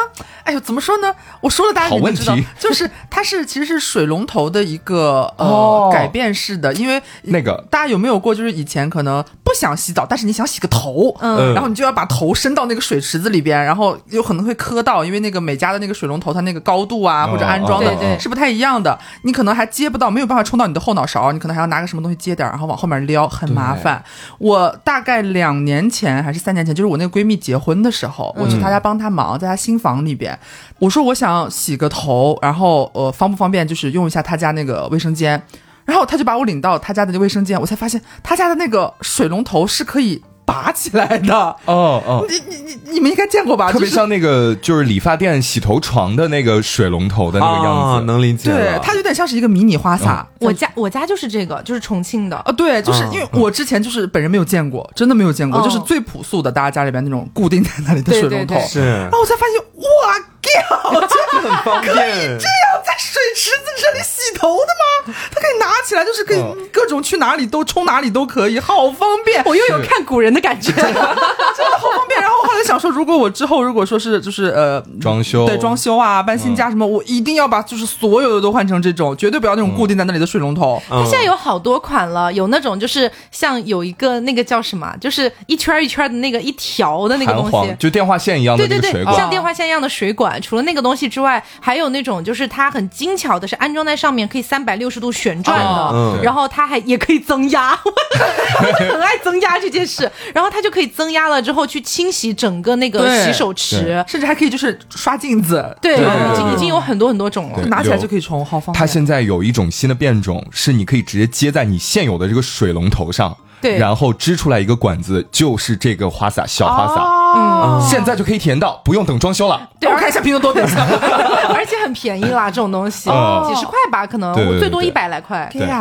Speaker 3: 哎呦，怎么说呢？我说了，大家
Speaker 4: 好
Speaker 3: 肯定
Speaker 4: 问
Speaker 3: 知道
Speaker 4: 题，
Speaker 3: 就是它是其实是水龙头的一个呃、
Speaker 4: 哦
Speaker 3: 改变式的，因为
Speaker 4: 那个
Speaker 3: 大家有没有过，就是以前可能不想洗澡，但是你想洗个头，嗯然后你就要把头伸到那个水池子里边，然后有可能会磕到，因为那个每家的那个水龙头它那个高度啊或者安装
Speaker 1: 哦哦哦
Speaker 3: 的是不太一样的，你可能还接不到，没有办法冲到你的后脑勺，你可能还要拿个什么东西接点儿，然后往后面撩，很麻烦。我大概两年前还是三年前，就是我那个闺蜜结婚的时候，我去
Speaker 4: 嗯
Speaker 3: 她家帮她忙，在她新房里边，我说我想洗个头，然后呃方不方便就是用一下她家那个卫生间，然后她就把我领到她家的卫生间，我才发现她家的那个水龙头是可以拔起来的。
Speaker 4: 哦哦，
Speaker 3: 你你你你们应该见过吧？
Speaker 4: 啊特别
Speaker 3: 就是
Speaker 4: 像那个就是理发店洗头床的那个水龙头的那个样
Speaker 2: 啊，
Speaker 4: 子，
Speaker 2: 能理解
Speaker 3: 对
Speaker 2: 了。，
Speaker 3: 它有点像是一个迷你花洒。
Speaker 4: 嗯
Speaker 1: 我家我家就是这个，就是重庆的，
Speaker 3: 啊，对，就是因为我之前就是本人没有见过，真的没有见过，
Speaker 1: 哦
Speaker 3: 就是最朴素的，大家家里边那种固定在那里的
Speaker 1: 对
Speaker 3: 水
Speaker 1: 对
Speaker 3: 龙头。
Speaker 1: 对
Speaker 2: [LAUGHS] 是
Speaker 3: 然后我才发现，哇 g
Speaker 2: 这很方便。
Speaker 3: 这样在水池子这里洗头的吗？它可以拿起来，就是可
Speaker 4: 哦
Speaker 3: 以各种去哪里都冲哪里都可以，好方便。
Speaker 1: 我又有看古人的感
Speaker 4: [LAUGHS]
Speaker 1: 觉了。
Speaker 3: 真的好方便。然后我后来想说，如果我之后如果说是就是呃
Speaker 4: 装修
Speaker 3: 对装修啊搬新家什么，我一定要把就是所有的都换成这种，绝对不要那种固定在那里的水龙头。
Speaker 4: 嗯
Speaker 1: 它现在有好多款了，有那种就是像有一个那个叫什么啊，就是一圈儿一圈儿的那个一条的那个
Speaker 4: 弹
Speaker 1: 东西
Speaker 4: 簧，就电话线一样的
Speaker 1: 对
Speaker 4: 啊那
Speaker 1: 对
Speaker 4: 个水
Speaker 1: 对，
Speaker 4: 管，
Speaker 1: 像电话线一样的水管，除了那个东西之外，还有那种就是它很精巧的，是安装在上面可以三百六十度旋转的，
Speaker 2: 哦嗯
Speaker 1: 然后它还也可以增压， [LAUGHS] 我就很爱增压这件事。然后它就可以增压了之后去清洗整个那个
Speaker 3: 对
Speaker 1: 洗手池，
Speaker 3: 甚至还可以就是刷镜子，
Speaker 1: 对，
Speaker 4: 对
Speaker 1: 已经
Speaker 2: 对
Speaker 1: 已经有很多很多种了
Speaker 4: 对。
Speaker 3: 拿起来
Speaker 4: 有
Speaker 3: 就可以冲，好方便。
Speaker 4: 它现在有一种新的变种，是你可以直接接在你现有的这个水龙头上，
Speaker 1: 对
Speaker 4: 然后支出来一个管子，就是这个花洒小花洒，
Speaker 1: 嗯
Speaker 3: 哦
Speaker 4: 现在就可以体验到，不用等装修了。
Speaker 1: 对
Speaker 3: 我看一下拼多多，等一下。
Speaker 1: [LAUGHS]
Speaker 6: [LAUGHS]
Speaker 1: 而且很便宜啦，这种东西、
Speaker 4: 哦
Speaker 1: 几十块吧，可能
Speaker 4: 对对对
Speaker 1: 最多
Speaker 4: 对
Speaker 1: 一百来块。
Speaker 4: 对
Speaker 3: [LAUGHS]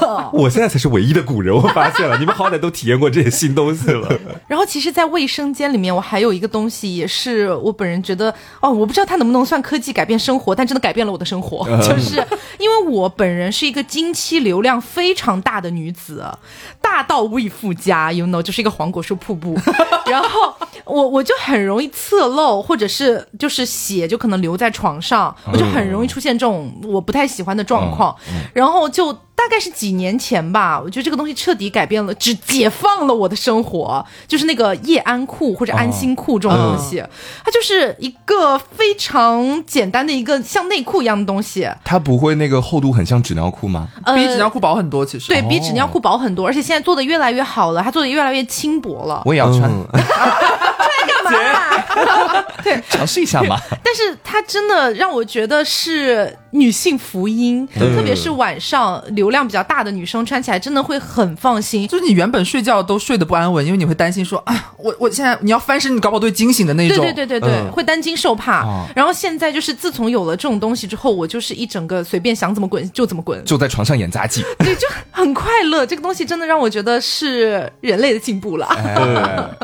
Speaker 3: 哦，
Speaker 2: 我现在才是唯一的古人，我发现了，你们好歹都体验过这些新东西了。
Speaker 1: 然后其实，在卫生间里面，我还有一个东西，也是我本人觉得，哦，我不知道它能不能算科技改变生活，但真的改变了我的生活，就是因为我本人是一个经期流量非常大的女子，大到未附加，you know，就是一个黄果树瀑布，然后我我就很容易侧漏，或者是就是血就可能留在床上，我就很容易出现这种我不太喜欢的状况，然后就。大概是几年前吧，我觉得这个东西彻底改变了，只解放了我的生活，就是那个夜安裤或者安心裤这种东西，它就是一个非常简单的一个像内裤一样的东西，
Speaker 4: 它不会那个厚度很像纸尿裤吗？
Speaker 1: 呃
Speaker 3: 比纸尿裤薄很多，其实。
Speaker 4: 哦
Speaker 1: 对比纸尿裤薄很多，而且现在做的越来越好了，它做的越来越轻薄了。
Speaker 4: 我也要穿，
Speaker 2: [LAUGHS] 嗯
Speaker 1: 干嘛啦？
Speaker 4: 尝试一下嘛。
Speaker 1: [LAUGHS] 但是它真的让我觉得是女性福音，特别是晚上流量比较大的女生穿起来真的会很放心。
Speaker 3: 就是你原本睡觉都睡得不安稳，因为你会担心说啊，我我现在你要翻身，你搞不好都会惊醒的那
Speaker 1: 对
Speaker 3: 种。
Speaker 1: 对对对对，
Speaker 2: 嗯
Speaker 1: 会担惊受怕。
Speaker 4: 哦
Speaker 1: 然后现在就是自从有了这种东西之后，我就是一整个随便想怎么滚就怎么滚，
Speaker 4: 就在床上演杂技，
Speaker 1: 对，就很快乐。这个东西真的让我觉得是人类的进步了。
Speaker 4: 哎
Speaker 2: [LAUGHS]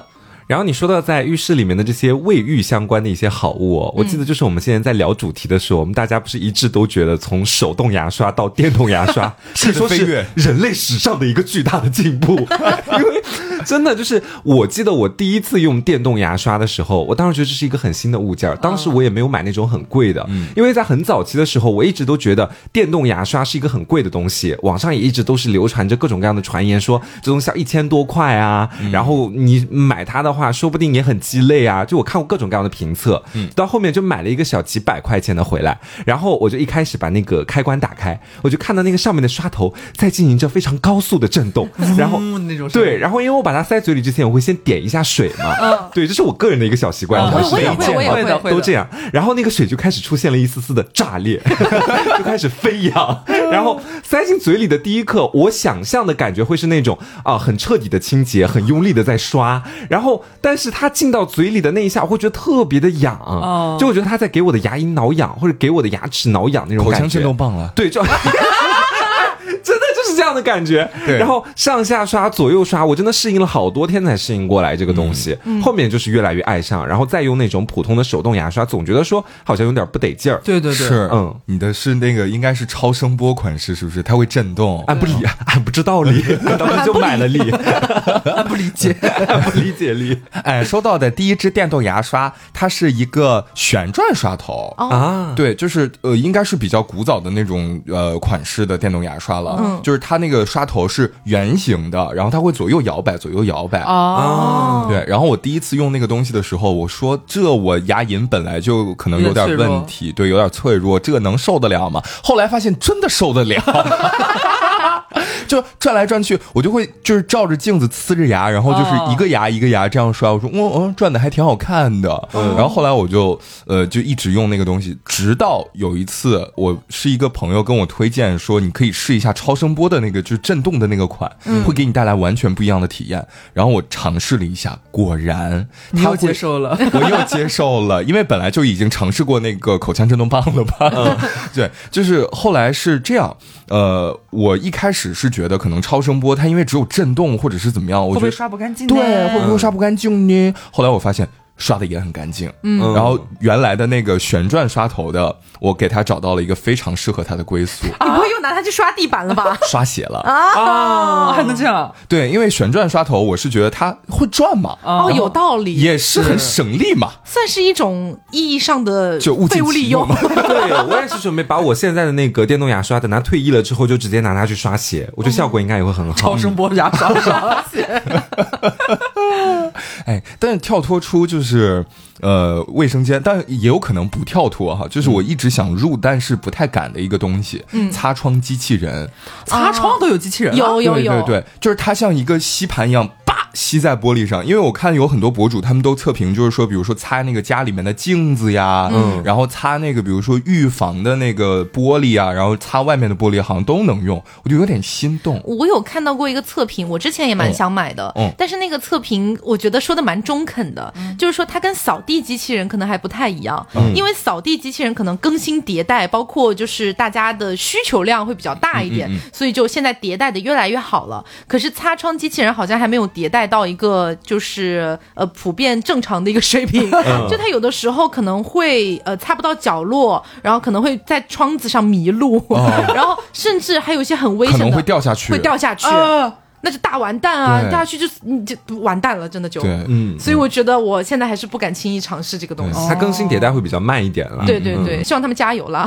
Speaker 2: 然后你说到在浴室里面的这些卫浴相关的一些好物、哦，我记得就是我们现在在聊主题的时候，我们大家不是一致都觉得从手动牙刷到电动牙刷，可以说
Speaker 4: 飞
Speaker 2: [LAUGHS] 是
Speaker 4: 跃
Speaker 2: 人类史上的一个巨大的进步。 [LAUGHS] 因为真的就是，我记得我第一次用电动牙刷的时候，我当时觉得这是一个很新的物件儿，当时我也没有买那种很贵的，因为在很早期的时候，我一直都觉得电动牙刷是一个很贵的东西，网上也一直都是流传着各种各样的传言说，这东西要一千多块啊，然后你买它的话，说不定也很鸡肋啊。就我看过各种各样的评测，到后面就买了一个小几百块钱的回来，然后我就一开始把那个开关打开，我就看到那个上面的刷头在进行着非常高速的震动，然后
Speaker 3: 嗯那种声音
Speaker 2: 对，然后因为我把它塞嘴里之前，我会先点一下水嘛，对，这是我个人的一个小习惯，
Speaker 4: 嗯
Speaker 2: 你们是
Speaker 1: 我也
Speaker 2: 没
Speaker 1: 会
Speaker 2: 见
Speaker 1: 我也
Speaker 2: 过
Speaker 1: 会
Speaker 3: 嗯的会
Speaker 2: 都
Speaker 3: 的
Speaker 2: 这样。然后那个水就开始出现了一丝丝的炸裂， [LAUGHS] 就开始飞扬。然后塞进嘴里的第一刻，我想象的感觉会是那种啊、很彻底的清洁，很用力的在刷。然后但是它进到嘴里的那一下，我会觉得特别的痒，
Speaker 3: 哦
Speaker 2: 就我觉得它在给我的牙龈挠痒，或者给我的牙齿挠痒那种
Speaker 4: 口
Speaker 2: 感觉。
Speaker 4: 腔震动棒了。
Speaker 2: 对，就。真的就是这样的感觉，
Speaker 4: 对
Speaker 2: 然后上下刷、左右刷，我真的适应了好多天才适应过来这个东西。后面就是越来越爱上，然后再用那种普通的手动牙刷，总觉得说好像有点不得劲儿。
Speaker 3: 对对对，
Speaker 4: 是，
Speaker 2: 嗯，
Speaker 4: 你的是那个应该是超声波款式，是不是？它会震动。
Speaker 2: 俺啊
Speaker 4: [LAUGHS]
Speaker 2: 不理，俺不知道理，当时就买 [LAUGHS] 了理，
Speaker 3: 不理解。
Speaker 2: 俺不理解力
Speaker 4: 哎，收到的第一支电动牙刷，它是一个旋转刷头。
Speaker 1: 哦
Speaker 2: 啊。
Speaker 4: 对，就是呃，应该是比较古早的那种呃款式的电动牙刷了，
Speaker 1: 嗯
Speaker 4: 就是它那个刷头是圆形的，然后它会左右摇摆，左右摇摆。
Speaker 3: 哦，
Speaker 4: 对，然后我第一次用那个东西的时候，我说这我牙龈本来就可能有点
Speaker 3: 有点脆弱
Speaker 4: 问题，对，有点脆弱，这个能受得了吗？后来发现真的受得了， [LAUGHS] 就转来转去，我就会就是照着镜子呲着牙，然后就是一个牙一个牙这样刷，我说嗯嗯，转的还挺好看的。然后后来我就呃就一直用那个东西，直到有一次我是一个朋友跟我推荐说你可以试一下超声波的那个就是震动的那个款，会给你带来完全不一样的体验。然后我尝试了一下，果然
Speaker 3: 你
Speaker 4: 它
Speaker 3: 又
Speaker 4: 会
Speaker 3: 接受了。
Speaker 4: 我又接受了，因为本来就已经尝试过那个口腔震动棒了吧？ [LAUGHS] 对，就是后来是这样，呃，我一开始是觉得可能超声波它因为只有震动或者是怎么样，
Speaker 6: 会
Speaker 4: 我
Speaker 6: 不
Speaker 4: 觉
Speaker 6: 会
Speaker 4: 得
Speaker 6: 刷不干净呢？
Speaker 1: 嗯
Speaker 4: 对会不会刷不干净呢？后来我发现。刷的也很干净，
Speaker 2: 嗯
Speaker 4: 然后原来的那个旋转刷头的，我给它找到了一个非常适合它的归宿，
Speaker 1: [LAUGHS] 你不会又拿它去刷地板了吧？
Speaker 4: 刷血了。
Speaker 6: 啊，还能这样？
Speaker 4: 对，因为旋转刷头，我是觉得它会转嘛，
Speaker 1: 哦，有道理，
Speaker 4: 啊也是很省力嘛。
Speaker 1: 算是一种意义上的
Speaker 4: 就物尽
Speaker 1: 废物
Speaker 4: 其
Speaker 1: 利
Speaker 4: 用
Speaker 1: 用
Speaker 4: 嘛。
Speaker 2: 对，我也是准备把我现在的那个电动牙刷，等它退役了之后，就直接拿它去刷鞋，我觉得效果应该也会很好。
Speaker 3: 超声波牙刷
Speaker 6: [LAUGHS]
Speaker 3: 刷血，
Speaker 4: 哎，但是跳脱出就是呃卫生间，但也有可能不跳脱哈，
Speaker 1: 嗯
Speaker 4: 就是我一直想入，但是不太敢的一个东西，擦窗机器人，
Speaker 3: 擦窗都有机器人啊，
Speaker 1: 有哦有
Speaker 4: 对
Speaker 1: 有，
Speaker 4: 对对，就是它像一个吸盘一样，叭吸在玻璃上。因为我看有很多博主他们都测评，就是说，比如说擦那个家里面的镜子呀，嗯，然后擦那个比如说浴房的那个玻璃啊，然后擦外面的玻璃，好像都能用，我就有点心动。
Speaker 1: 我有看到过一个测评，我之前也蛮想买的，
Speaker 4: 嗯嗯嗯
Speaker 1: 但是那个测评我觉得说的蛮中肯的，就是说它跟扫地机器人可能还不太一样，
Speaker 4: 嗯
Speaker 1: 因为扫地机器人可能更新迭代，包括就是大家的需求量会比较大一
Speaker 4: 嗯
Speaker 1: 点，所以就现在迭代的越来越好了。可是擦窗机器人好像还没有迭代到一个就是呃普遍正常的一个水
Speaker 4: [LAUGHS]
Speaker 1: 平，就它有的时候可能会呃擦不到角落，然后可能会在窗子上迷路， [LAUGHS] 然后甚至还有一些很危
Speaker 4: 哦可
Speaker 1: 险的
Speaker 4: 能会掉下去，
Speaker 1: 会掉下去，
Speaker 3: 啊
Speaker 1: 那就大完蛋啊！
Speaker 4: 对
Speaker 1: 掉下去就你就完蛋了，真的就。
Speaker 4: 对，
Speaker 2: 嗯，
Speaker 1: 所以我觉得我现在还是不敢轻易尝试这个东西。
Speaker 2: 它更新迭代会比较慢一点了。
Speaker 1: 对对
Speaker 4: 嗯
Speaker 1: 对，希望他们加油
Speaker 4: [LAUGHS]
Speaker 1: 啦！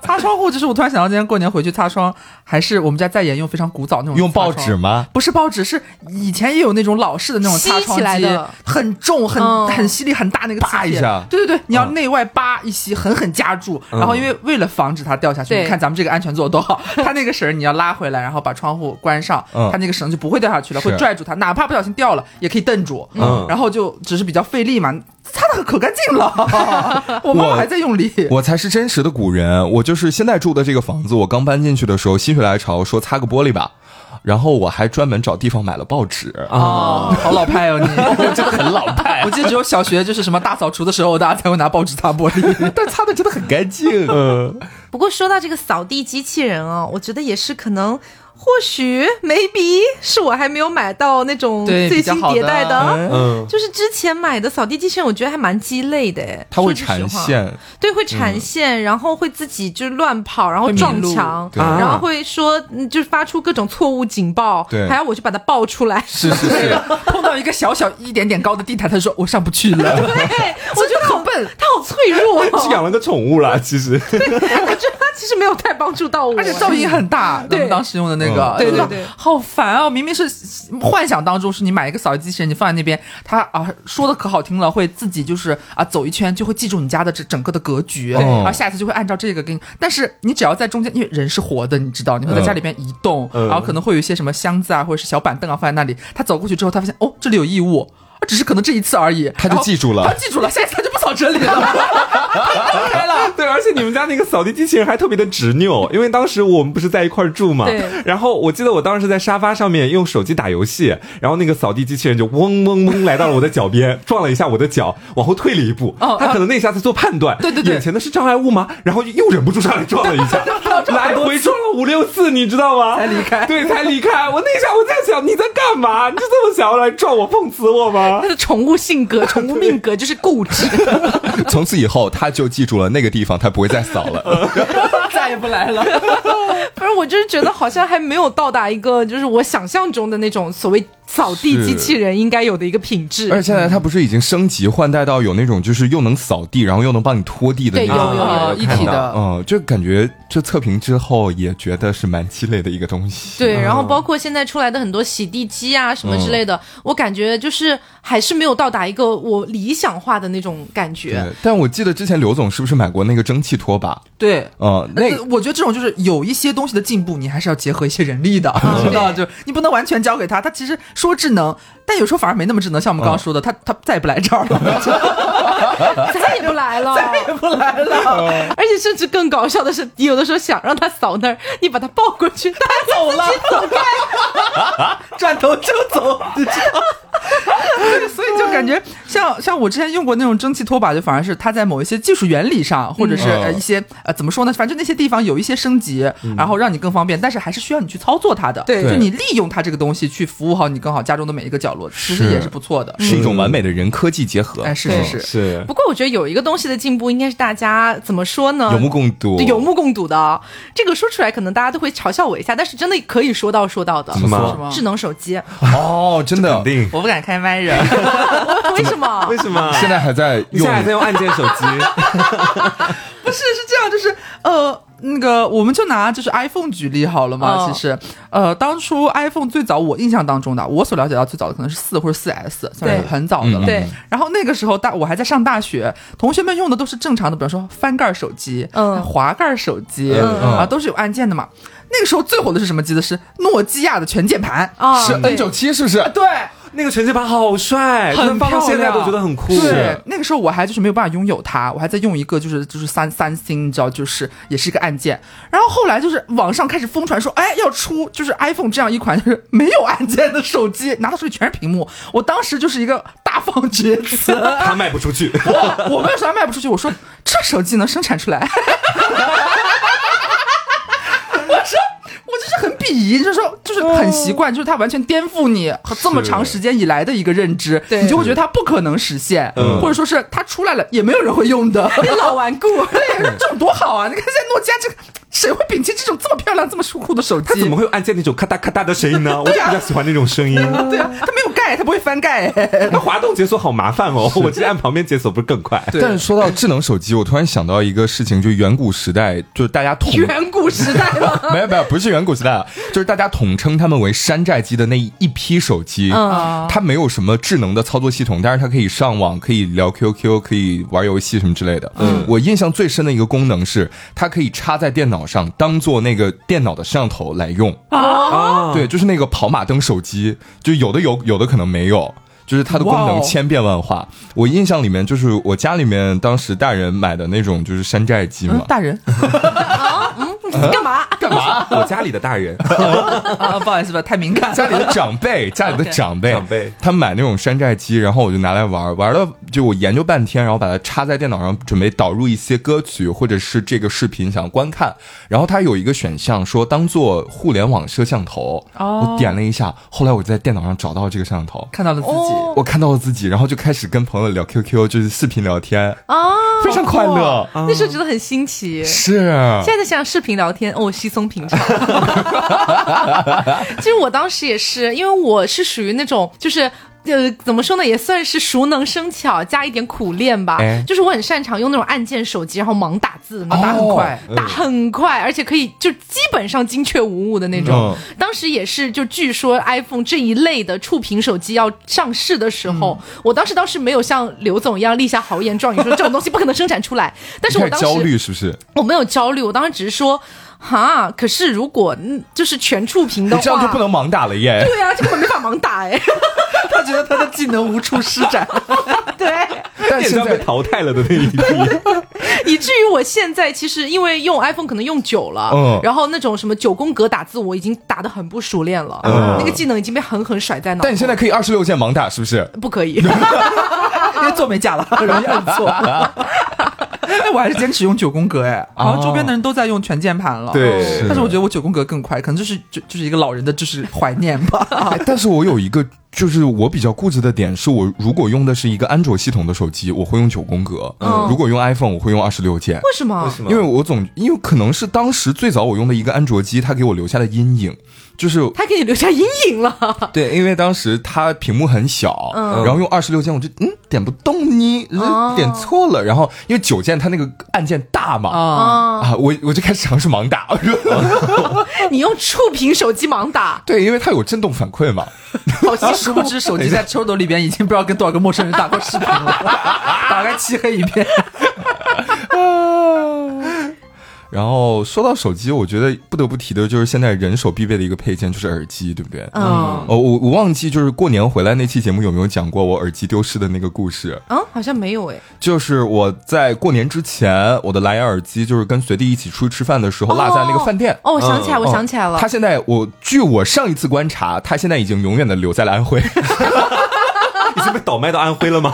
Speaker 3: 擦窗户就是我突然想到，今年过年回去擦窗，还是我们家在沿用非常古早那种
Speaker 4: 嗯用报
Speaker 3: 擦窗
Speaker 4: 纸吗？
Speaker 3: 不是报纸，是以前也有那种老式的那种擦
Speaker 1: 吸
Speaker 3: 窗
Speaker 1: 起
Speaker 3: 机，
Speaker 1: 来的
Speaker 3: 很重、很、
Speaker 1: 嗯
Speaker 3: 很犀利、很大那个
Speaker 4: 啪
Speaker 3: 磁铁
Speaker 4: 一下
Speaker 3: 对对对，你要内外扒一吸，狠狠夹住。然后因为为了防止它掉下去，
Speaker 1: 对
Speaker 3: 你看咱们这个安全做的
Speaker 1: [LAUGHS]
Speaker 3: 多好，它那个绳儿你要拉回来，然后把窗户关上，
Speaker 4: 嗯
Speaker 3: 它那个绳就不会掉下去了，
Speaker 4: 是
Speaker 3: 会拽住它，哪怕不小心掉了也可以蹬住。
Speaker 2: 嗯
Speaker 3: 然后就只是比较费力嘛，擦的可干净 [LAUGHS] 了。我妈妈还在用力。
Speaker 4: 我才是真实的古人。我就是现在住的这个房子，我刚搬进去的时候心血来潮说擦个玻璃吧，然后我还专门找地方买了报纸，
Speaker 1: 啊
Speaker 3: 哦，好老派 [LAUGHS] 哦你！
Speaker 4: 这个很老派
Speaker 3: 我，记得只有小学就是什么大扫除的时候，大家才会拿报纸擦玻璃。
Speaker 4: [LAUGHS] 但擦的真的很干净。
Speaker 1: 嗯不过说到这个扫地机器人哦，我觉得也是可能，或许 maybe 是我还没有买到那种
Speaker 3: 对
Speaker 1: 最新
Speaker 3: 比较好的
Speaker 1: 迭代的。
Speaker 2: 嗯，
Speaker 1: 就是之前买的扫地机器人，我觉得还蛮鸡肋的哎，
Speaker 4: 它会
Speaker 1: 说句实
Speaker 4: 缠
Speaker 1: 话，
Speaker 4: 线，
Speaker 1: 对，会缠线，然后会自己就乱跑，然后
Speaker 3: 会迷
Speaker 1: 撞
Speaker 3: 路
Speaker 1: 墙，
Speaker 4: 对
Speaker 1: 然后会说，嗯就是发出各种错误警报，
Speaker 4: 对
Speaker 1: 还要我去把它报出来，
Speaker 4: 是是是，
Speaker 3: 碰到一个小小一点点高的地毯，他说我上不去 [LAUGHS] 了。
Speaker 1: 对，我觉得好笨，他好脆弱、哦 [LAUGHS]
Speaker 2: 是养了个宠物啦，其实。
Speaker 1: 我觉得他其实没有太帮助到我，
Speaker 3: 而且噪音很大，咱
Speaker 1: 对
Speaker 3: 们当时用的那个，
Speaker 4: 嗯
Speaker 1: 对
Speaker 3: 就
Speaker 1: 对
Speaker 3: 是
Speaker 1: 对
Speaker 3: 好烦啊！明明是幻想当中是你买一个扫地机器人，你放在那边，它啊说的可好听了，会自己就是啊走一圈就会记住你家的这整个的格局，
Speaker 4: 嗯
Speaker 3: 然后下一次就会按照这个给你。但是你只要在中间，因为人是活的，你知道，你会在家里边移动，
Speaker 2: 嗯
Speaker 3: 然后可能会有一些什么箱子啊或者是小板凳啊放在那里，他走过去之后，他发现哦这里有异物。啊只是可能这一次而已，
Speaker 4: 他就
Speaker 3: 然后
Speaker 4: 记住了
Speaker 3: 他记住了，下一次他就不扫到这里了。
Speaker 2: 开了。 [LAUGHS] 对，而且你们家那个扫地机器人还特别的执
Speaker 3: [LAUGHS]
Speaker 2: 拗，因为当时我们不是在一块儿住嘛
Speaker 1: 对，
Speaker 2: 然后我记得我当时在沙发上面用手机打游戏，然后那个扫地机器人就嗡嗡嗡来到了我的脚边，撞了一下我的脚，往后退了一步，
Speaker 3: 哦
Speaker 2: 他可能那一下在做判断，
Speaker 3: 对对对
Speaker 2: 眼前的是障碍物吗？然后又忍不住上来撞了一下，来回撞了五六次，你知道吗？才
Speaker 3: 离开
Speaker 2: 对，才离开。我那一下我在想你在干嘛？你是这么想要来撞我、碰瓷我吗
Speaker 1: 他？的宠物性 [LAUGHS] 格、宠物命格就是固执。
Speaker 4: [LAUGHS] 从此以后，他就记住了那个地方，他不会再扫
Speaker 1: [LAUGHS]
Speaker 4: 了。
Speaker 3: [LAUGHS] 再也不来 [LAUGHS] 了。
Speaker 1: [LAUGHS] 不是，我就是觉得好像还没有到达一个就是我想象中的那种所谓扫地机器人应该有的一个品质。
Speaker 4: 而且现在他不是已经升级换代到有那种就是又能扫地，然后又能帮你拖地的
Speaker 1: 对
Speaker 4: 那
Speaker 1: 有有
Speaker 4: 种。
Speaker 3: 啊一体的
Speaker 4: 嗯，就感觉这测评之后也觉得是蛮鸡肋的一个东西。
Speaker 1: 对，然后包括现在出来的很多洗地机啊什么之类的，我感觉就是还是没有到达一个我理想化的那种感觉。
Speaker 4: 对，但我记得之前刘总是不是买过那个蒸汽拖把？
Speaker 3: 对，
Speaker 4: 嗯，那
Speaker 3: 呃我觉得这种就是有一些东西的进步，你还是要结合一些人力的， [LAUGHS] 知道就你不能完全交给他，他其实说智能，但有时候反而没那么智能。像我们刚刚说的，他他再也不来这儿了，
Speaker 1: [LAUGHS] 再也不来了，嗯
Speaker 3: 不
Speaker 1: [LAUGHS]
Speaker 3: 来了，
Speaker 1: 而且甚至更搞笑的是，你有的时候想让他扫那儿，你把他抱过去， [LAUGHS] 他走了，
Speaker 3: [LAUGHS] 转头就走，你知道。 [LAUGHS] 对所以就感觉像像我之前用过那种蒸汽拖把，就反而是它在某一些技术原理上，或者是
Speaker 4: 嗯
Speaker 3: 呃一些呃怎么说呢，反正那些地方有一些升级，然后让你更方便，但是还是需要你去操作它的。
Speaker 1: 对
Speaker 3: 就你利用它这个东西去服务好你更好家中的每一个角落，其实
Speaker 4: 是
Speaker 3: 也是不错的。
Speaker 4: 是一种完美的人科技结合，
Speaker 3: 哎，是
Speaker 1: 对
Speaker 3: [LAUGHS] 是是。
Speaker 2: 是
Speaker 1: 不过我觉得有一个东西的进步，应该是大家怎么说呢？
Speaker 4: 有目共睹。
Speaker 1: 对有目共睹的。这个说出来，可能大家都会嘲笑我一下，但是真的可以说到说到的。啊
Speaker 2: 么说
Speaker 3: 是吗
Speaker 1: 智能手机，
Speaker 4: 哦，真的
Speaker 2: 肯，定。
Speaker 3: 我不敢开麦人，
Speaker 1: [LAUGHS] 为什么？
Speaker 2: 为什么？
Speaker 4: 现在还在
Speaker 2: 你现
Speaker 4: 用
Speaker 2: 在还在用按键手机？
Speaker 3: 不是是这样，就是呃，那个我们就拿就是 iPhone 举例好了嘛。
Speaker 1: 哦
Speaker 3: 其实呃，当初 iPhone 最早我印象当中的，我所了解到最早的可能是四或者四 S，算是
Speaker 1: 对
Speaker 3: 很早
Speaker 4: 嗯
Speaker 3: 的了。
Speaker 1: 对，
Speaker 3: 然后那个时候大我还在上大学，同学们用的都是正常的，比方说翻盖手机、
Speaker 1: 嗯
Speaker 3: 滑盖手机、
Speaker 4: 嗯
Speaker 3: 啊，都是有按键的嘛。那个时候最火的是什么机子？是诺基亚的全键盘
Speaker 1: 啊，
Speaker 4: 是
Speaker 1: 对
Speaker 4: N 九七是不是？
Speaker 3: 对。
Speaker 2: 那个全键盘好帅，
Speaker 3: 很
Speaker 2: 真的放到
Speaker 3: 漂
Speaker 2: 现在都
Speaker 3: 亮呃
Speaker 2: 觉得很酷。
Speaker 3: 对，那个时候我还就是没有办法拥有它，我还在用一个就是就是三三星，你知道，就是也是一个按键。然后后来就是网上开始疯传说，哎，要出就是 iPhone 这样一款就是没有按键的手机，拿到手里全是屏幕。我当时就是一个大放厥词，
Speaker 2: 他卖不出去，
Speaker 3: [LAUGHS] 我我为啥卖不出去？我说这手机能生产出来？ [LAUGHS] 我说我就是很鄙夷，就是说就是很习惯，就是它完全颠覆你这么长时间以来的一个认知，
Speaker 1: 对
Speaker 3: 你就会觉得它不可能实现，
Speaker 2: 嗯
Speaker 3: 或者说是它出来了也没有人会用的。 [LAUGHS]
Speaker 1: 老顽固。
Speaker 3: 对，这种多好
Speaker 2: [LAUGHS]
Speaker 3: 啊！你看现在诺基亚这个，谁会摒弃这种这么漂亮、这么酷的手机？
Speaker 2: 他怎么会有按键那种咔嗒咔嗒的声音呢？我就比较喜欢那种声音。
Speaker 3: 对啊，它没有盖，它不会翻盖。
Speaker 2: 那滑动解锁好麻烦哦，我记得按旁边解锁不是更快？
Speaker 3: 对
Speaker 4: 但是说到智能手机，我突然想到一个事情，就远古时代，就是大家统
Speaker 1: 远古时代了，
Speaker 4: [LAUGHS] 没有没有，不是远古时代啊，就是大家统称他们为山寨机的那一批手机，
Speaker 1: 嗯
Speaker 4: 它没有什么智能的操作系统，但是它可以上网，可以聊 QQ，可以玩游戏什么之类的。嗯，我印象最深的一个功能是，它可以插在电脑上，当做那个电脑的摄像头来用。
Speaker 2: 啊，
Speaker 4: 对，就是那个跑马灯手机，就有的有，有的可能没有。就是它的功
Speaker 3: 哇
Speaker 4: 能
Speaker 3: 哦
Speaker 4: 千变万化。我印象里面，就是我家里面当时大人买的那种，就是山寨机嘛
Speaker 3: 嗯，。大人
Speaker 1: 嗯 [LAUGHS] 干嘛？
Speaker 2: 干嘛？我家里的大人，
Speaker 3: [LAUGHS] 啊，不好意思吧，太敏 [LAUGHS] 感了。
Speaker 4: [LAUGHS] 家里的长辈，家里的长辈，
Speaker 2: 长辈
Speaker 4: 他买那种山寨机，然后我就拿来玩儿，玩了就我研究半天，然后把它插在电脑上，准备导入一些歌曲或者是这个视频想要观看，然后它有一个选项说当做互联网摄像头，
Speaker 3: 哦
Speaker 4: 我点了一下，后来我在电脑上找到这个摄像头。
Speaker 3: 看到了自己。
Speaker 1: 哦
Speaker 4: 我看到了自己，然后就开始跟朋友聊 QQ，就是视频聊天，
Speaker 1: 啊，
Speaker 4: 非常快乐。
Speaker 1: 那时候觉得很新奇。
Speaker 4: 是，
Speaker 1: 现在想视频聊天，哦，稀松平常。 [LAUGHS] 其实我当时也是，因为我是属于那种就是。呃，怎么说呢，也算是熟能生巧加一点苦练吧。
Speaker 4: 哎哦
Speaker 1: 就是我很擅长用那种按键手机，然后盲打字，
Speaker 3: 啊打很快
Speaker 4: 嗯
Speaker 1: 打很快，而且可以就基本上精确无误的那种。
Speaker 4: 嗯
Speaker 1: 当时也是，就据说 iPhone 这一类的触屏手机要上市的时候，
Speaker 4: 嗯
Speaker 1: 我当时倒是没有像刘总一样立下豪言壮语说这种东西不可能生产出来，但是
Speaker 3: [LAUGHS]
Speaker 4: 开
Speaker 1: 我
Speaker 4: 始
Speaker 1: 当时
Speaker 4: 焦虑是不是？
Speaker 1: 我没有焦虑，我当时只是说。哈，可是如果嗯就是全触屏的
Speaker 4: 你
Speaker 1: 话，
Speaker 4: 这样就不能盲打了耶。
Speaker 1: 对啊，这根本没法盲打哎。
Speaker 5: 他觉得他的技能无处施展。
Speaker 1: 对，
Speaker 4: 但
Speaker 2: 电
Speaker 4: 现
Speaker 2: 商被
Speaker 4: 在
Speaker 2: 淘汰了的那一批，
Speaker 1: [LAUGHS] 以至于我现在其实因为用 iPhone 可能用久了，
Speaker 4: 嗯
Speaker 1: 然后那种什么九宫格打字我已经打得很不熟练了，
Speaker 4: 嗯
Speaker 1: 那个技能已经被狠狠甩在脑后。
Speaker 4: 但你现在可以二十六键盲打，是不是？
Speaker 1: 不可以， [LAUGHS]
Speaker 5: 因为做美甲了，
Speaker 4: [LAUGHS]
Speaker 5: 容易按错。 [LAUGHS] 哎，我还是坚持用九宫格哎，好像周边的人都在用全键盘了。
Speaker 4: 哦对
Speaker 1: 是
Speaker 5: 但是我觉得我九宫格更快，可能就是就就是一个老人的就是怀念吧。 [LAUGHS]
Speaker 1: [LAUGHS]
Speaker 4: 哎，但是我有一个，就是我比较固执的点，是我如果用的是一个安卓系统的手机，我会用九宫格；
Speaker 1: 嗯
Speaker 4: 如果用 iPhone，我会用二十六键。
Speaker 1: 为什么？
Speaker 2: 什么
Speaker 4: 因为我总，因为可能是当时最早我用的一个安卓机，它给我留下的阴影，就是
Speaker 1: 他给你留下阴影了。
Speaker 4: 对，因为当时它屏幕很小，
Speaker 1: 嗯
Speaker 4: 然后用二十六键，我就嗯点不动你，呃
Speaker 1: 哦
Speaker 4: 点错了。然后因为九键它那个按键大嘛，
Speaker 5: 啊，
Speaker 1: 啊、
Speaker 4: 啊，我我就开始尝试盲打。 [LAUGHS] 我
Speaker 1: 哦
Speaker 4: 说
Speaker 1: 你用触屏手机盲打，
Speaker 4: 对，因为它有震动反馈嘛。
Speaker 5: 好
Speaker 4: 啊
Speaker 5: 辛苦！殊不知手机在抽斗里边已经不知道跟多少个陌生人打过视频了，打开漆黑一片。 [LAUGHS]
Speaker 4: [LAUGHS] 然后说到手机，我觉得不得不提的就是现在人手必备的一个配件就是耳机，对不对？
Speaker 1: 嗯
Speaker 4: 哦，我我忘记就是过年回来那期节目有没有讲过我耳机丢失的那个故事？
Speaker 1: [LAUGHS] 嗯，好像没有哎，
Speaker 4: 就是我在过年之前，我的蓝牙耳机就是跟随地一起出去吃饭的时候落在那个饭店。嗯
Speaker 1: 哦，我想起来，我想起来了
Speaker 4: 他，现在我据我上一次观察，他现在已经永远的留在了安徽。
Speaker 2: 你是被倒卖到安徽了吗？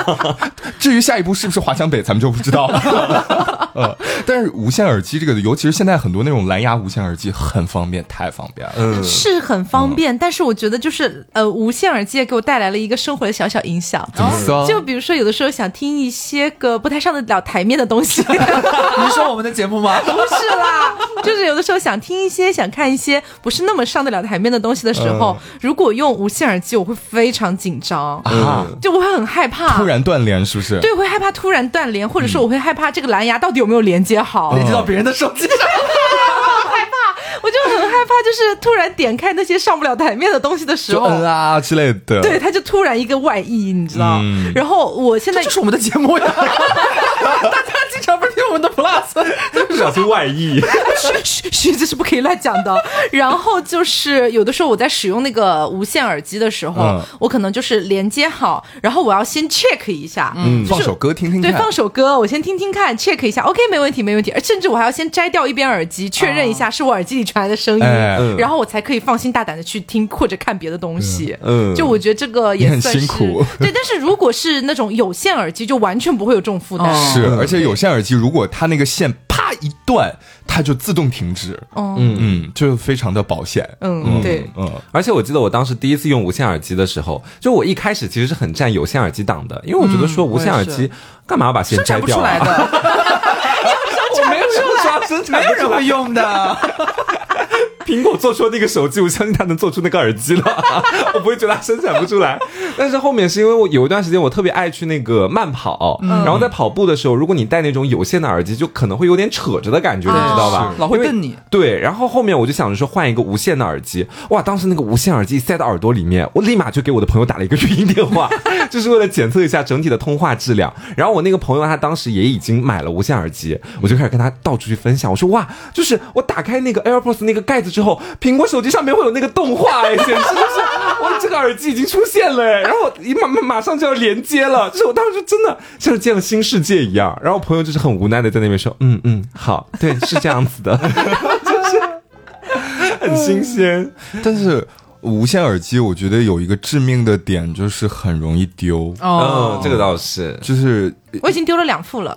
Speaker 4: 至于下一步是不是华强北，咱们就不知道
Speaker 1: [LAUGHS]
Speaker 4: 了。呃，但是无线耳机这个，尤其是现在很多那种蓝牙无线耳机很方便，太方便呃
Speaker 1: 哦
Speaker 4: 了。
Speaker 2: 嗯，
Speaker 1: 是很方便，但是我觉得就是呃，无线耳机也给我带来了一个生活的小小影响。
Speaker 4: 怎么说？
Speaker 1: 就比如说，有的时候想听一些个不太上得了台面的东
Speaker 4: [LAUGHS]
Speaker 1: 西，不
Speaker 5: 你是说我们的节目吗？
Speaker 4: 嗯
Speaker 1: 是啦，就是有的时候想听一些、想看一些不是那么上得了台面的东西的时候，
Speaker 4: 嗯
Speaker 1: 如果用无线耳机，我会非常紧张，
Speaker 4: 啊，
Speaker 1: 就我会很害怕，
Speaker 4: 突然嗯断联是不是？
Speaker 1: 啊对，会害怕突然断联，或者说我会害怕这个蓝牙到底有没有连接好，
Speaker 4: 嗯
Speaker 5: 连接到别人的手机上，
Speaker 1: 我就很害怕，就是突然点开那些上不了台面的东西的时
Speaker 4: 就
Speaker 1: 候，
Speaker 4: 嗯啊之类的。
Speaker 1: 对，它就突然一个外溢，你知道？
Speaker 4: 嗯
Speaker 1: 然后我现在
Speaker 5: 这就是我们的节目呀。 [LAUGHS] 大家经常不是听我们的 Plus，
Speaker 2: 不小心外溢，
Speaker 1: [LAUGHS] 嘘嘘，这是不可以乱讲 [LAUGHS] 的。然后就是有的时候我在使用那个无线耳机的时候，
Speaker 4: 嗯
Speaker 1: 我可能就是连接好，然后我要先 check 一下，
Speaker 4: 嗯，放首歌听听
Speaker 1: 对，
Speaker 4: 看。
Speaker 1: 放首歌，我先听听看，check 一下，OK，没问题，没问题。而甚至我还要先摘掉一边耳机，确认一下是我耳机里传来的声音，
Speaker 4: 哎嗯
Speaker 1: 然后我才可以放心大胆的去听或者看别的东西。
Speaker 2: 嗯嗯
Speaker 1: 就我觉得这个也
Speaker 4: 也很
Speaker 1: 算是
Speaker 4: 辛苦
Speaker 1: 对，但是如果是那种有线耳机，就完全不会有这种负担。
Speaker 5: 哦
Speaker 4: 是，而且有线耳机，如果它那个线啪一断，它就自动停止。
Speaker 1: 哦
Speaker 4: 嗯嗯，就非常的保险。
Speaker 1: 嗯，对，
Speaker 4: 嗯，
Speaker 2: 而且我记得我当时第一次用无线耳机的时候，就我一开始其实是很占有线耳机党的，因为我觉得说无线耳
Speaker 5: 我也
Speaker 2: 机干嘛要把线摘
Speaker 5: 产不
Speaker 2: 掉
Speaker 5: 出来
Speaker 2: 啊？
Speaker 4: [LAUGHS]
Speaker 5: 的，
Speaker 2: [LAUGHS] 我没有说生产
Speaker 5: 没有
Speaker 2: 不出
Speaker 5: 人
Speaker 2: 来
Speaker 5: 会。用的。
Speaker 2: 苹果做出了那个手机，我相信它能做出那个耳机了， [LAUGHS] 我不会觉得它生产不出来。但是后面是因为我有一段时间我特别爱去那个慢跑，然后在跑步的时候，如果你戴那种有线的耳机，就可能会有点扯着的感觉，你知道吧？
Speaker 5: 老会
Speaker 2: 因为
Speaker 5: 瞪你。
Speaker 2: 对，然后后面我就想着说换一个无线的耳机，哇，当时那个无线耳机塞到耳朵里面，我立马就给我的朋友打了一个语音电话，就是为了检测一下整体的通话质量。然后我那个朋友他当时也已经买了无线耳机，我就开始跟他到处去分享，我说哇，就是我打开那个 AirPods 那个盖子之后，苹果手机上面会有那个动画哎，显示就是我这个耳机已经出现了哎，然后我一马马马上就要连接了，就是我当时真的像是见了新世界一样。然后我朋友就是很无奈的在那边说，嗯嗯，好，对，是这样子的。很新鲜。
Speaker 4: 但是无线耳机，我觉得有一个致命的点，就是很容易丢。
Speaker 5: 哦
Speaker 2: 嗯，这个倒是。
Speaker 4: 就是
Speaker 1: 我已经丢了两副了。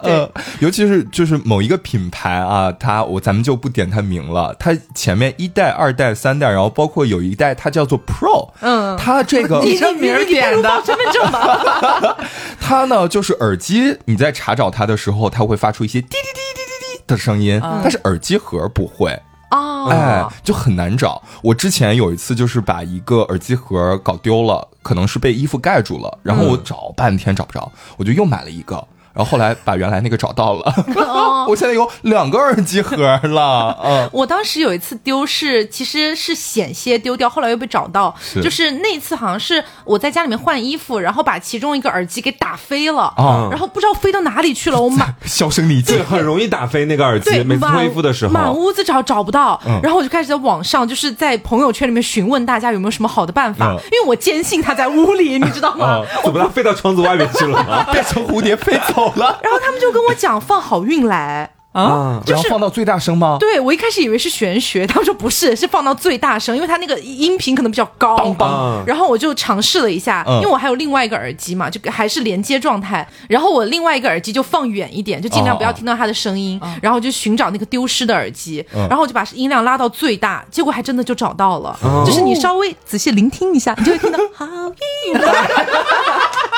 Speaker 4: 呃，尤其是就是某一个品牌啊，它我咱们就不点它名了，它前面一代、二代、三代，然后包括有一代它叫做 Pro，
Speaker 1: 嗯
Speaker 4: 它这个
Speaker 1: 你
Speaker 5: 这名儿
Speaker 1: 你你
Speaker 5: 点的
Speaker 1: 你不如报身份证吧。
Speaker 4: 它呢，就是耳机，你在查找它的时候，它会发出一些滴滴滴滴滴滴的声音，
Speaker 1: 啊
Speaker 4: 但是耳机盒不会，
Speaker 1: 哦，
Speaker 4: 哎，就很难找。我之前有一次就是把一个耳机盒搞丢了，可能是被衣服盖住了，然后我找半天找不着，我就又买了一个。然后后来把原来那个找到了， [LAUGHS]
Speaker 1: 哦
Speaker 4: 我现在有两个耳机盒了，嗯，
Speaker 1: 我当时有一次丢是，其实是险些丢掉，后来又被找到。就是那次好像是我在家里面换衣服，然后把其中一个耳机给打飞了，
Speaker 4: 啊
Speaker 1: 然后不知道飞到哪里去了。我满
Speaker 4: 销声匿迹
Speaker 2: 对，。很容易打飞那个耳
Speaker 1: 对
Speaker 2: 机，每次
Speaker 1: 满
Speaker 2: 恢复的时
Speaker 1: 满
Speaker 2: 候。嗯
Speaker 1: 屋子找找不到，然后我就开始在网上，就是在朋友圈里面询问大家有没有什么好的办法，
Speaker 4: 嗯
Speaker 1: 因为我坚信它在屋里，你知道
Speaker 2: [LAUGHS]
Speaker 1: 吗？
Speaker 2: 啊！怎么它飞到窗子外面去
Speaker 1: [LAUGHS]
Speaker 2: 了吗？
Speaker 4: 变成蝴蝶飞走了，
Speaker 1: 然后他们就跟我讲放好运来。
Speaker 2: 啊，
Speaker 4: 嗯然后放到最大声吗？
Speaker 1: 对，我一开始以为是玄学，他们说不是，是放到最大声，因为它那个音频可能比较高。
Speaker 2: 梆
Speaker 1: 然后我就尝试了一下，
Speaker 4: 嗯
Speaker 1: 因为我还有另外一个耳机嘛，就还是连接状态。然后我另外一个耳机就放远一点，就尽量不要听到它的声音。然后就寻找那个丢失的耳机，然后我就把音量拉到最大，结果还真的就找到了。就是你稍微仔细聆听一下，你就会听到好运来。我在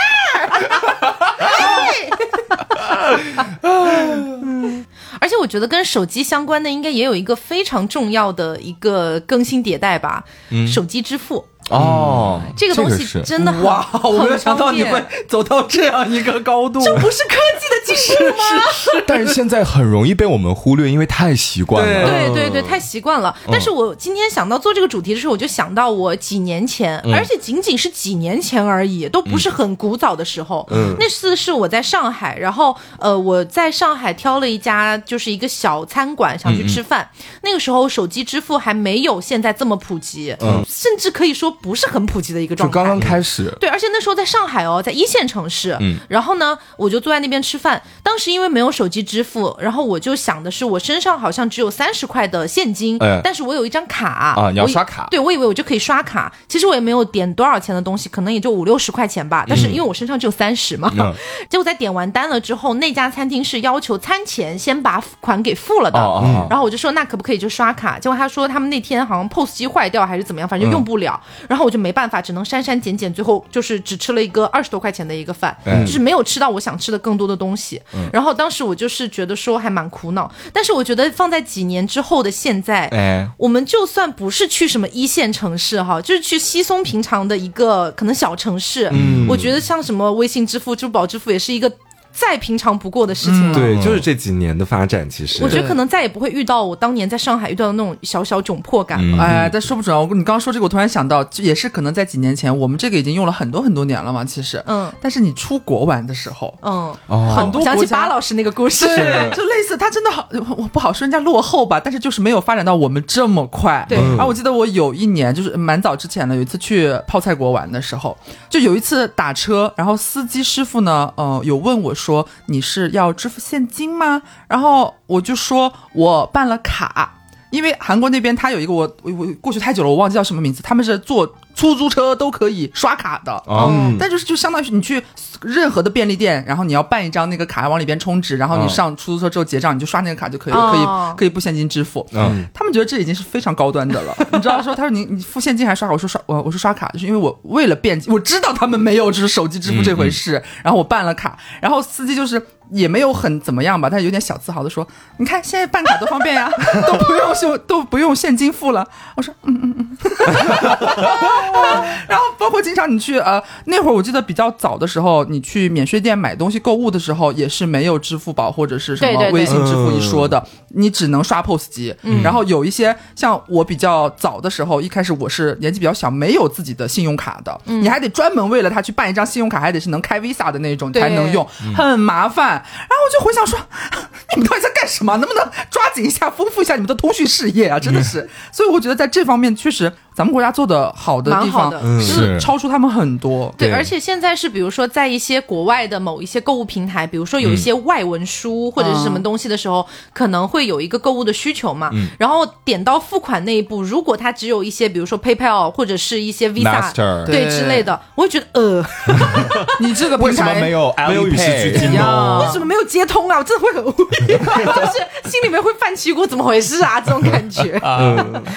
Speaker 1: 这儿。哎而且我觉得跟手机相关的，应该也有一个非常重要的一个更新迭代吧，手机支付。
Speaker 4: 哦，
Speaker 1: 这个东西
Speaker 4: 是
Speaker 1: 真的很
Speaker 3: 哇，我没有想到你
Speaker 1: 很
Speaker 3: 会
Speaker 1: 方便
Speaker 3: 走到这样一个高度。
Speaker 1: 这不是科技的进步吗？
Speaker 4: 但是现在很容易被我们忽略，因为太习惯了。
Speaker 3: 对
Speaker 1: 对对对，太习惯了。但是我今天想到做这个主题的时候，我就想到我几年前，而且仅仅是几年前而已，都不是很古早的时候。那次是我在上海，然后呃，我在上海挑了一家就是一个小餐馆，想去吃饭。那个时候手机支付还没有现在这么普及，甚至可以说不是很普及的一个
Speaker 4: 就
Speaker 1: 状态。
Speaker 4: 刚刚开始，
Speaker 1: 对，而且那时候在上海哦，在一线城市，嗯，然后呢，我就坐在那边吃饭。当时因为没有手机支付，然后我就想的是，我身上好像只有三十块的现金，
Speaker 4: 哎
Speaker 1: 但是我有一张卡啊
Speaker 4: 你要刷卡
Speaker 1: 对，我以为我就可以刷卡，其实我也没有点多少钱的东西，可能也就五六十块钱吧。但是因为我身上只有三十嘛，
Speaker 4: 嗯
Speaker 1: [LAUGHS] 结果在点完单了之后，那家餐厅是要求餐前先把款给付了的，
Speaker 4: 哦哦哦
Speaker 1: 然后我就说那可不可以就刷卡？结果他说他们那天好像 POS 机坏掉还是怎么样，反
Speaker 4: 嗯
Speaker 1: 正就用不了。然后我就没办法，只能删删减减，最后就是只吃了一个二十多块钱的一个饭，
Speaker 4: 嗯
Speaker 1: 就是没有吃到我想吃的更多的东西。然后当时我就是觉得说还蛮苦恼，但是我觉得放在几年之后的现在，
Speaker 4: 哎，
Speaker 1: 我们就算不是去什么一线城市哈，就是去稀松平常的一个可能小城市，
Speaker 3: 嗯
Speaker 1: 我觉得像什么微信支付、支付宝支付也是一个再平常不过的事情了。
Speaker 3: 嗯
Speaker 2: 对，就是这几年的发展，其实
Speaker 1: 我觉得可能再也不会遇到我当年在上海遇到的那种小小窘迫感了。
Speaker 3: 哎，但说不准啊！我你刚刚说这个，我突然想到，就也是可能在几年前，我们这个已经用了很多很多年了嘛。其实，
Speaker 1: 嗯
Speaker 3: 但是你出国玩的时候，
Speaker 1: 嗯，
Speaker 4: 哦
Speaker 1: 好
Speaker 3: 很多
Speaker 1: 想起
Speaker 3: 国家
Speaker 1: 巴老师那个故事，
Speaker 3: 对，就类似，它真的好，我不好说人家落后吧，但是就是没有发展到我们这么快。
Speaker 1: 对
Speaker 3: 然后我记得我有一年就是蛮早之前了，有一次去泡菜国玩的时候，就有一次打车，然后司机师傅呢，呃，有问我说你是要支付现金吗？然后我就说我办了卡。因为韩国那边他有一个我我我过去太久了，我忘记叫什么名字，他们是坐出租车都可以刷卡的，
Speaker 4: 哦，
Speaker 3: 但就是就相当于你去任何的便利店，然后你要办一张那个卡往里边充值，然后你上出租车之后结账，你就刷那个卡就可以了，可
Speaker 1: 哦
Speaker 3: 以可以不现金支付。
Speaker 4: 嗯，
Speaker 3: 他们觉得这已经是非常高端的了， [LAUGHS] 你知道？说他说你你付现金还是刷卡？我说刷我我说刷卡，就是因为我为了便捷，我知道他们没有就是手机支付这回事，然后我办了卡，然后司机就是。也没有很怎么样吧，但是有点小自豪的说：“你看现在办卡多方便呀， [LAUGHS] 都不用就都不用现金付了。”我说：“嗯嗯嗯。”然后包括经常你去呃那会儿我记得比较早的时候，你去免税店买东西购物的时候，也是没有支付宝或者是什
Speaker 1: 对嗯
Speaker 3: 么
Speaker 1: 对对
Speaker 3: 微信支付一说的，你只能刷 POS 机。然后有一些像我比较早的时候，一开始我是年纪比较小，没有自己的信用卡的，
Speaker 1: 嗯
Speaker 3: 你还得专门为了他去办一张信用卡，还得是能开 Visa 的那种
Speaker 1: 对
Speaker 3: 才能用，很麻烦。然后我就回想说， [LAUGHS] 你们到底在干什么？能不能抓紧一下，丰富一下你们的通讯事业啊？真的是，所以我觉得在这方面确实咱们国家做的好的地
Speaker 1: 蛮好
Speaker 3: 方
Speaker 1: 的，
Speaker 4: 嗯是
Speaker 3: 超出他们很多。
Speaker 1: 对，
Speaker 4: 对
Speaker 1: 而且现在是比如说在一些国外的某一些购物平台，比如说有一些外文书或者是什么东西的时候，可能会有一个购物的需求嘛。然后点到付款那一步，如果它只有一些比如说 PayPal 或者是一些 Visa
Speaker 4: Master
Speaker 1: 对
Speaker 3: 对
Speaker 1: 之类的，我会觉得呃，
Speaker 3: 你这个
Speaker 4: 为
Speaker 3: 平
Speaker 4: 什么
Speaker 3: 台
Speaker 4: 没有
Speaker 2: 没有与时俱
Speaker 4: Alipay？
Speaker 2: 进
Speaker 3: 呀
Speaker 2: 哦。
Speaker 1: 为什么没有接通啊？我真的会很无语，就是心里面会泛起一股怎么回事啊这种感觉。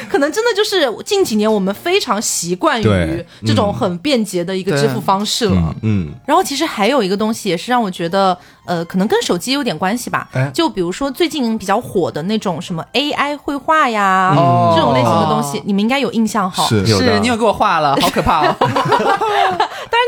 Speaker 1: 可能真的就是近几年我们非常习惯于
Speaker 4: 对
Speaker 1: 这种很便捷的一个支付方式了。
Speaker 2: 嗯，
Speaker 1: 然后其实还有一个东西也是让我觉得，呃，可能跟手机有点关系吧。
Speaker 4: 哎
Speaker 1: 就比如说最近比较火的那种什么 AI 绘画呀、
Speaker 4: 哦
Speaker 1: 这种类型的东西，你们应该有印象哈。
Speaker 4: 是
Speaker 2: 有的
Speaker 5: 是你有给我画了，好可怕 [LAUGHS] 哦！
Speaker 1: 当然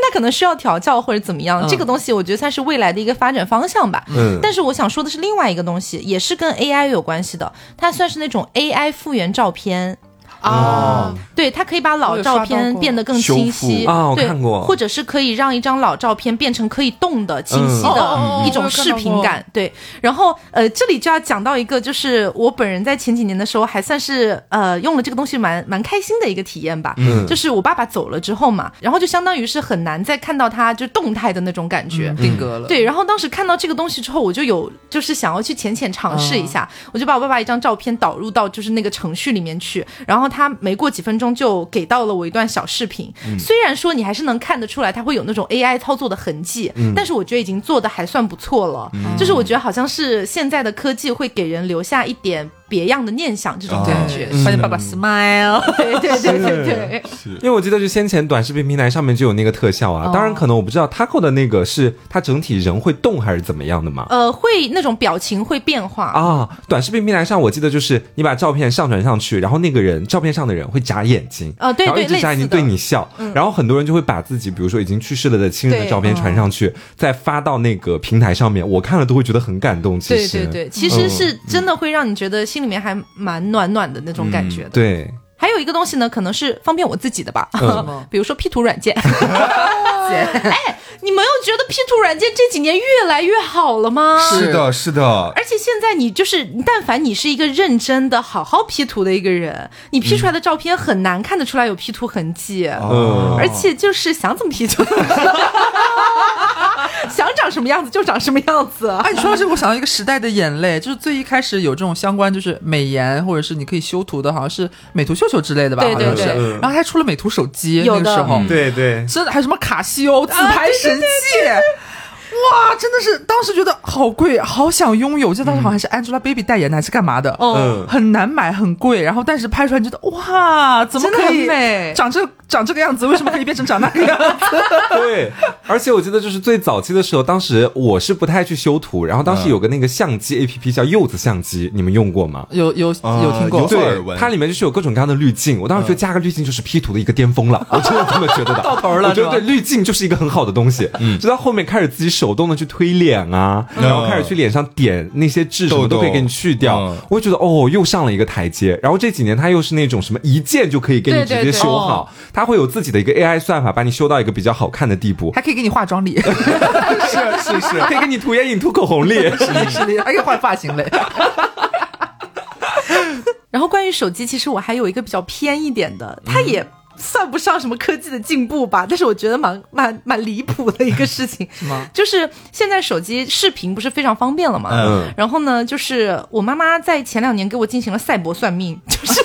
Speaker 1: 它可能需要调教或者怎么样，这个东西我觉得它是未来的一个发展方向吧。
Speaker 2: 嗯
Speaker 1: 但是我想说的是另外一个东西，也是跟 AI 有关系的，它算是那种 AI 复原照片。
Speaker 5: 啊，
Speaker 1: 对，它可以把老照片变得更清晰
Speaker 2: 我有刷到过啊我
Speaker 1: 对
Speaker 2: 看过
Speaker 1: 或者是可以让一张老照片变成可以动的、清晰
Speaker 2: 嗯
Speaker 5: 哦
Speaker 1: 的
Speaker 5: 哦哦
Speaker 1: 一种视频感。对，然后呃，这里就要讲到一个，就是我本人在前几年的时候还算是呃用了这个东西蛮蛮开心的一个体验吧。嗯，就是我爸爸走了之后嘛，然后就相当于是很难再看到他就动态的那种感觉。
Speaker 5: 定格了，
Speaker 1: 对，然后当时看到这个东西之后，我就有就是想要去浅浅尝试一下，
Speaker 2: 嗯
Speaker 1: 我就把我爸爸一张照片导入到就是那个程序里面去，然后他没过几分钟就给到了我一段小视频。
Speaker 2: 嗯
Speaker 1: 虽然说你还是能看得出来它会有那种 AI 操作的痕迹，
Speaker 2: 嗯
Speaker 1: 但是我觉得已经做的还算不错了。就是我觉得好像是现在的科技会给人留下一点别样的念想，这种
Speaker 4: 哦
Speaker 1: 感觉。
Speaker 5: 发现爸爸 smile， [LAUGHS]
Speaker 1: 对对对对对，
Speaker 2: 因为我记得就先前短视频平台上面就有那个特效
Speaker 1: 哦
Speaker 2: 啊，当然可能我不知道 Taco 的那个是它整体人会动还是怎么样的嘛。
Speaker 1: 呃，会那种表情会变化。
Speaker 2: 啊，短视频平台上我记得就是你把照片上传上去，然后那个人照片上的人会眨眼睛，
Speaker 1: 啊对
Speaker 2: 然后
Speaker 1: 对
Speaker 2: 一直眨眼睛
Speaker 1: 类似的嗯
Speaker 2: 对你笑，然后很多人就会把自己比如说已经去世了的亲人的
Speaker 1: 对
Speaker 2: 照片传上去，再发到那个平台上面，我看了都会觉得很感动。其
Speaker 1: 对
Speaker 2: 实，
Speaker 1: 对对，其实
Speaker 2: 嗯
Speaker 1: 是真的会让你觉得心里面还蛮暖暖的那种感觉的。
Speaker 2: 嗯对，
Speaker 1: 还有一个东西呢，可能是方便我自己的吧， [LAUGHS] 比如说 P 图软件。哎，你没有觉得 P 图软件这几年越来越好了吗？
Speaker 4: 是的，是的，
Speaker 1: 而且现在你就是，但凡你是一个认真的、好好 P 图的一个人，你 P 出来的照片很难看得出来有 P 图痕迹，
Speaker 2: 嗯，
Speaker 1: 而且就是想怎么 P 就怎么 P，想长什么样子就长什么样子。
Speaker 5: 啊，你说到这个，我想到一个时代的眼泪， [LAUGHS] 就是最一开始有这种相关，就是美颜或者是你可以修图的，好像是美图秀秀之类的吧，
Speaker 1: 对对
Speaker 5: 好像是
Speaker 2: 对
Speaker 5: 然后它还出了美图手机，
Speaker 1: 有的
Speaker 5: 那个时候
Speaker 4: 嗯，
Speaker 2: 对对，
Speaker 5: 真的还有什么卡西欧自拍神器。哇，真的是当时觉得好贵，好想拥有。我记得当时好像是 Angelababy 代言的还是干嘛的，
Speaker 1: 哦
Speaker 2: 嗯
Speaker 5: 很难买，很贵。然后但是拍出来你觉得哇，怎么
Speaker 1: 真的
Speaker 5: 可
Speaker 1: 很
Speaker 5: 以
Speaker 1: 美
Speaker 5: 长这长这个样子？为什么可以变成长那个样子？
Speaker 1: [LAUGHS]
Speaker 2: 对，而且我记得就是最早期的时候，当时我是不太去修图，然后当
Speaker 1: 嗯
Speaker 2: 时有个那个相机 A P P 叫柚子相机，你们用过吗？
Speaker 5: [LAUGHS] 有有有
Speaker 4: 啊
Speaker 5: 听过
Speaker 4: 有？所耳
Speaker 2: 对，
Speaker 4: 闻
Speaker 2: 它里面就是有各种各样的滤镜，我当时觉得加个滤镜就是 P 图的一个巅峰了，我真的这么觉得的，到头
Speaker 5: 了
Speaker 2: 我觉
Speaker 5: 是吧
Speaker 2: 得对滤镜就是一个很好的东西，直到后面开始自己手动的去推脸啊，然后开始去脸上点那些痣什么
Speaker 4: 痘
Speaker 2: 都
Speaker 4: 痘
Speaker 2: 可以给你去掉
Speaker 4: 嗯，
Speaker 2: 我会觉得哦又上了一个台阶。然后这几年它又是那种什么一键就可以给你
Speaker 1: 对
Speaker 2: 直
Speaker 1: 对
Speaker 2: 接
Speaker 1: 对哦
Speaker 2: 修好，它会有自己的一个 AI 算法把你修到一个比较好看的地
Speaker 3: [LAUGHS]
Speaker 2: 步，
Speaker 5: [LAUGHS] 还可以给你化妆 [LAUGHS] 礼，
Speaker 2: 是是是，可以给你涂眼影、涂口
Speaker 1: [LAUGHS]
Speaker 2: 红粒。
Speaker 5: 还可以换发型嘞。
Speaker 1: 然后关于手机，其实我还有一个比较偏一点的，它也算不上什么科技的进步吧，但是我觉得蛮蛮蛮离谱的一个事情，
Speaker 5: 吗
Speaker 1: 就是现在手机视频不是非常方便了嘛，
Speaker 4: 嗯
Speaker 1: 然后呢，就是我妈妈在前两年给我进行了赛博算命， [LAUGHS] 就是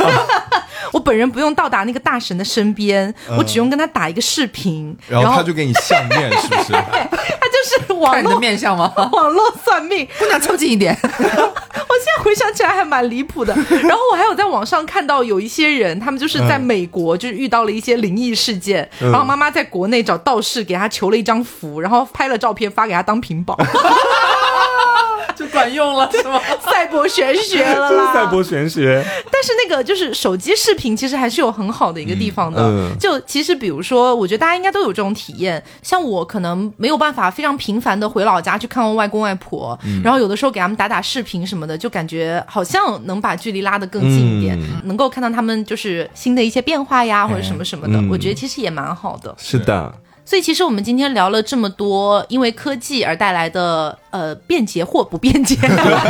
Speaker 1: 我本人不用到达那个大神的身边，我只用跟他打一个视频，
Speaker 4: 然后
Speaker 1: 后
Speaker 4: 他就给你相面，是不是？
Speaker 1: 他就是网
Speaker 5: [LAUGHS] 看你的
Speaker 1: 络
Speaker 5: 面相吗？ [LAUGHS]
Speaker 1: 网络算命，
Speaker 5: 姑娘凑近一点，
Speaker 1: [LAUGHS] 我现在回想起来还蛮离谱的。然后我还有在网上看到有一些人，他们就是在美国就是遇到了一些灵异事件，然后妈妈在国内找道士给他求了一张符，然后拍了照片发给他当屏保，
Speaker 5: [LAUGHS] 就管用了是吗？
Speaker 1: 赛博玄学了
Speaker 2: 这 [LAUGHS]
Speaker 1: 啦。
Speaker 2: 是赛博玄学，
Speaker 1: 但是那个就是手机视频，其实还是有很好的一个地方的。
Speaker 2: 嗯嗯
Speaker 1: 就其实比如说，我觉得大家应该都有这种体验。像我可能没有办法非常频繁的回老家去看望外公外婆，
Speaker 2: 嗯
Speaker 1: 然后有的时候给他们打打视频什么的，就感觉好像能把距离拉得更近一点，能够看到他们就是新的一些变化呀，或者什么什么的。
Speaker 2: 嗯嗯
Speaker 1: 我觉得其实也蛮好的。
Speaker 2: 是的，
Speaker 1: 所以其实我们今天聊了这么多，因为科技而带来的呃便捷或不便捷，
Speaker 5: [LAUGHS]
Speaker 1: [LAUGHS]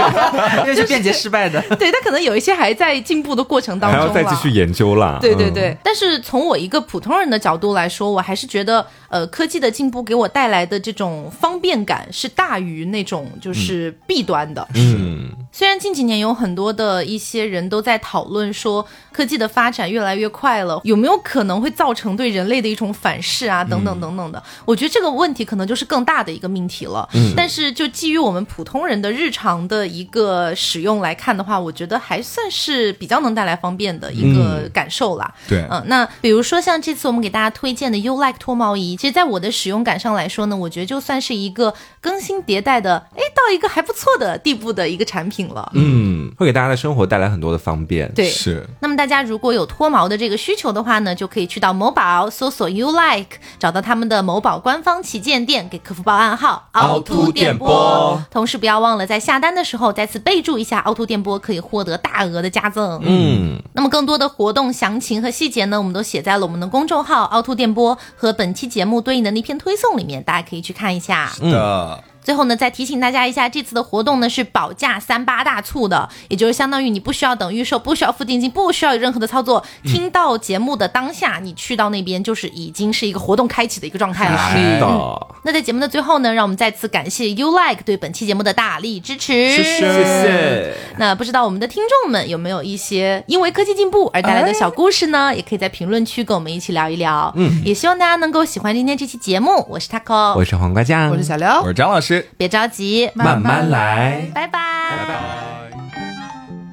Speaker 5: 因为是便捷失败的。
Speaker 1: 对，但可能有一些还在进步的过程当
Speaker 2: 还
Speaker 1: 中
Speaker 2: 要
Speaker 1: 了。
Speaker 2: 再继续研究啦。
Speaker 1: 对对
Speaker 2: 嗯
Speaker 1: 对，但是从我一个普通人的角度来说，我还是觉得，呃，科技的进步给我带来的这种方便感是大于那种就是弊端的。
Speaker 2: 嗯，
Speaker 1: 虽然近几年有很多的一些人都在讨论说科技的发展越来越快了，有没有可能会造成对人类的一种反噬啊，
Speaker 2: 嗯
Speaker 1: 等等等等的。我觉得这个问题可能就是更大的一个命题了。但是就基于我们普通人的日常的一个使用来看的话，我觉得还算是比较能带来方便的一
Speaker 2: 嗯
Speaker 1: 个感受啦。
Speaker 4: 对
Speaker 1: 嗯、那比如说像这次我们给大家推荐的 U Like 脱毛仪，其实在我的使用感上来说呢，我觉得就算是一个更新迭代的，哎，到一个还不错的地步的一个产品了。
Speaker 2: 嗯，会给大家的生活带来很多的方便。
Speaker 1: 对，
Speaker 4: 是
Speaker 1: 那么大家如果有脱毛的这个需求的话呢，就可以去到某宝搜索 “You Like”，找到他们的某宝官方旗舰店，给客服报暗号“
Speaker 4: 凹凸电波”。
Speaker 1: 同时不要忘了在下单的时候再次备注一下“凹凸电波”，可以获得大额的加赠。
Speaker 2: 嗯，
Speaker 1: 那么更多的活动详情和细节呢，我们都写在了我们的公众号“凹凸电波”和本期节目对应的那篇推送里面，大家可以去看一下。
Speaker 4: 的，
Speaker 1: 最后呢，再提醒大家一下，这次的活动呢是保价三八大促的，也就是相当于你不需要等预售，不需要付定金，不需要有任何的操作。听到节目的当下，你去到那边就是已经是一个活动开启的一个状态了。
Speaker 2: 是的，
Speaker 1: 那在节目的最后呢，让我们再次感谢 You Like 对本期节目的大力支持，
Speaker 4: 谢谢
Speaker 2: 谢。
Speaker 1: 那不知道我们的听众们有没有一些因为科技进步而带来的小故事呢？也可以在评论区跟我们一起聊一聊。嗯，也希望大家能够喜欢今天这期节目。我是 Taco，
Speaker 2: 我是黄瓜酱，
Speaker 5: 我是小刘
Speaker 4: 我，是张老师，
Speaker 1: 别着急，
Speaker 2: 慢慢来。
Speaker 1: 拜拜
Speaker 4: 拜拜。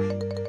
Speaker 7: Thank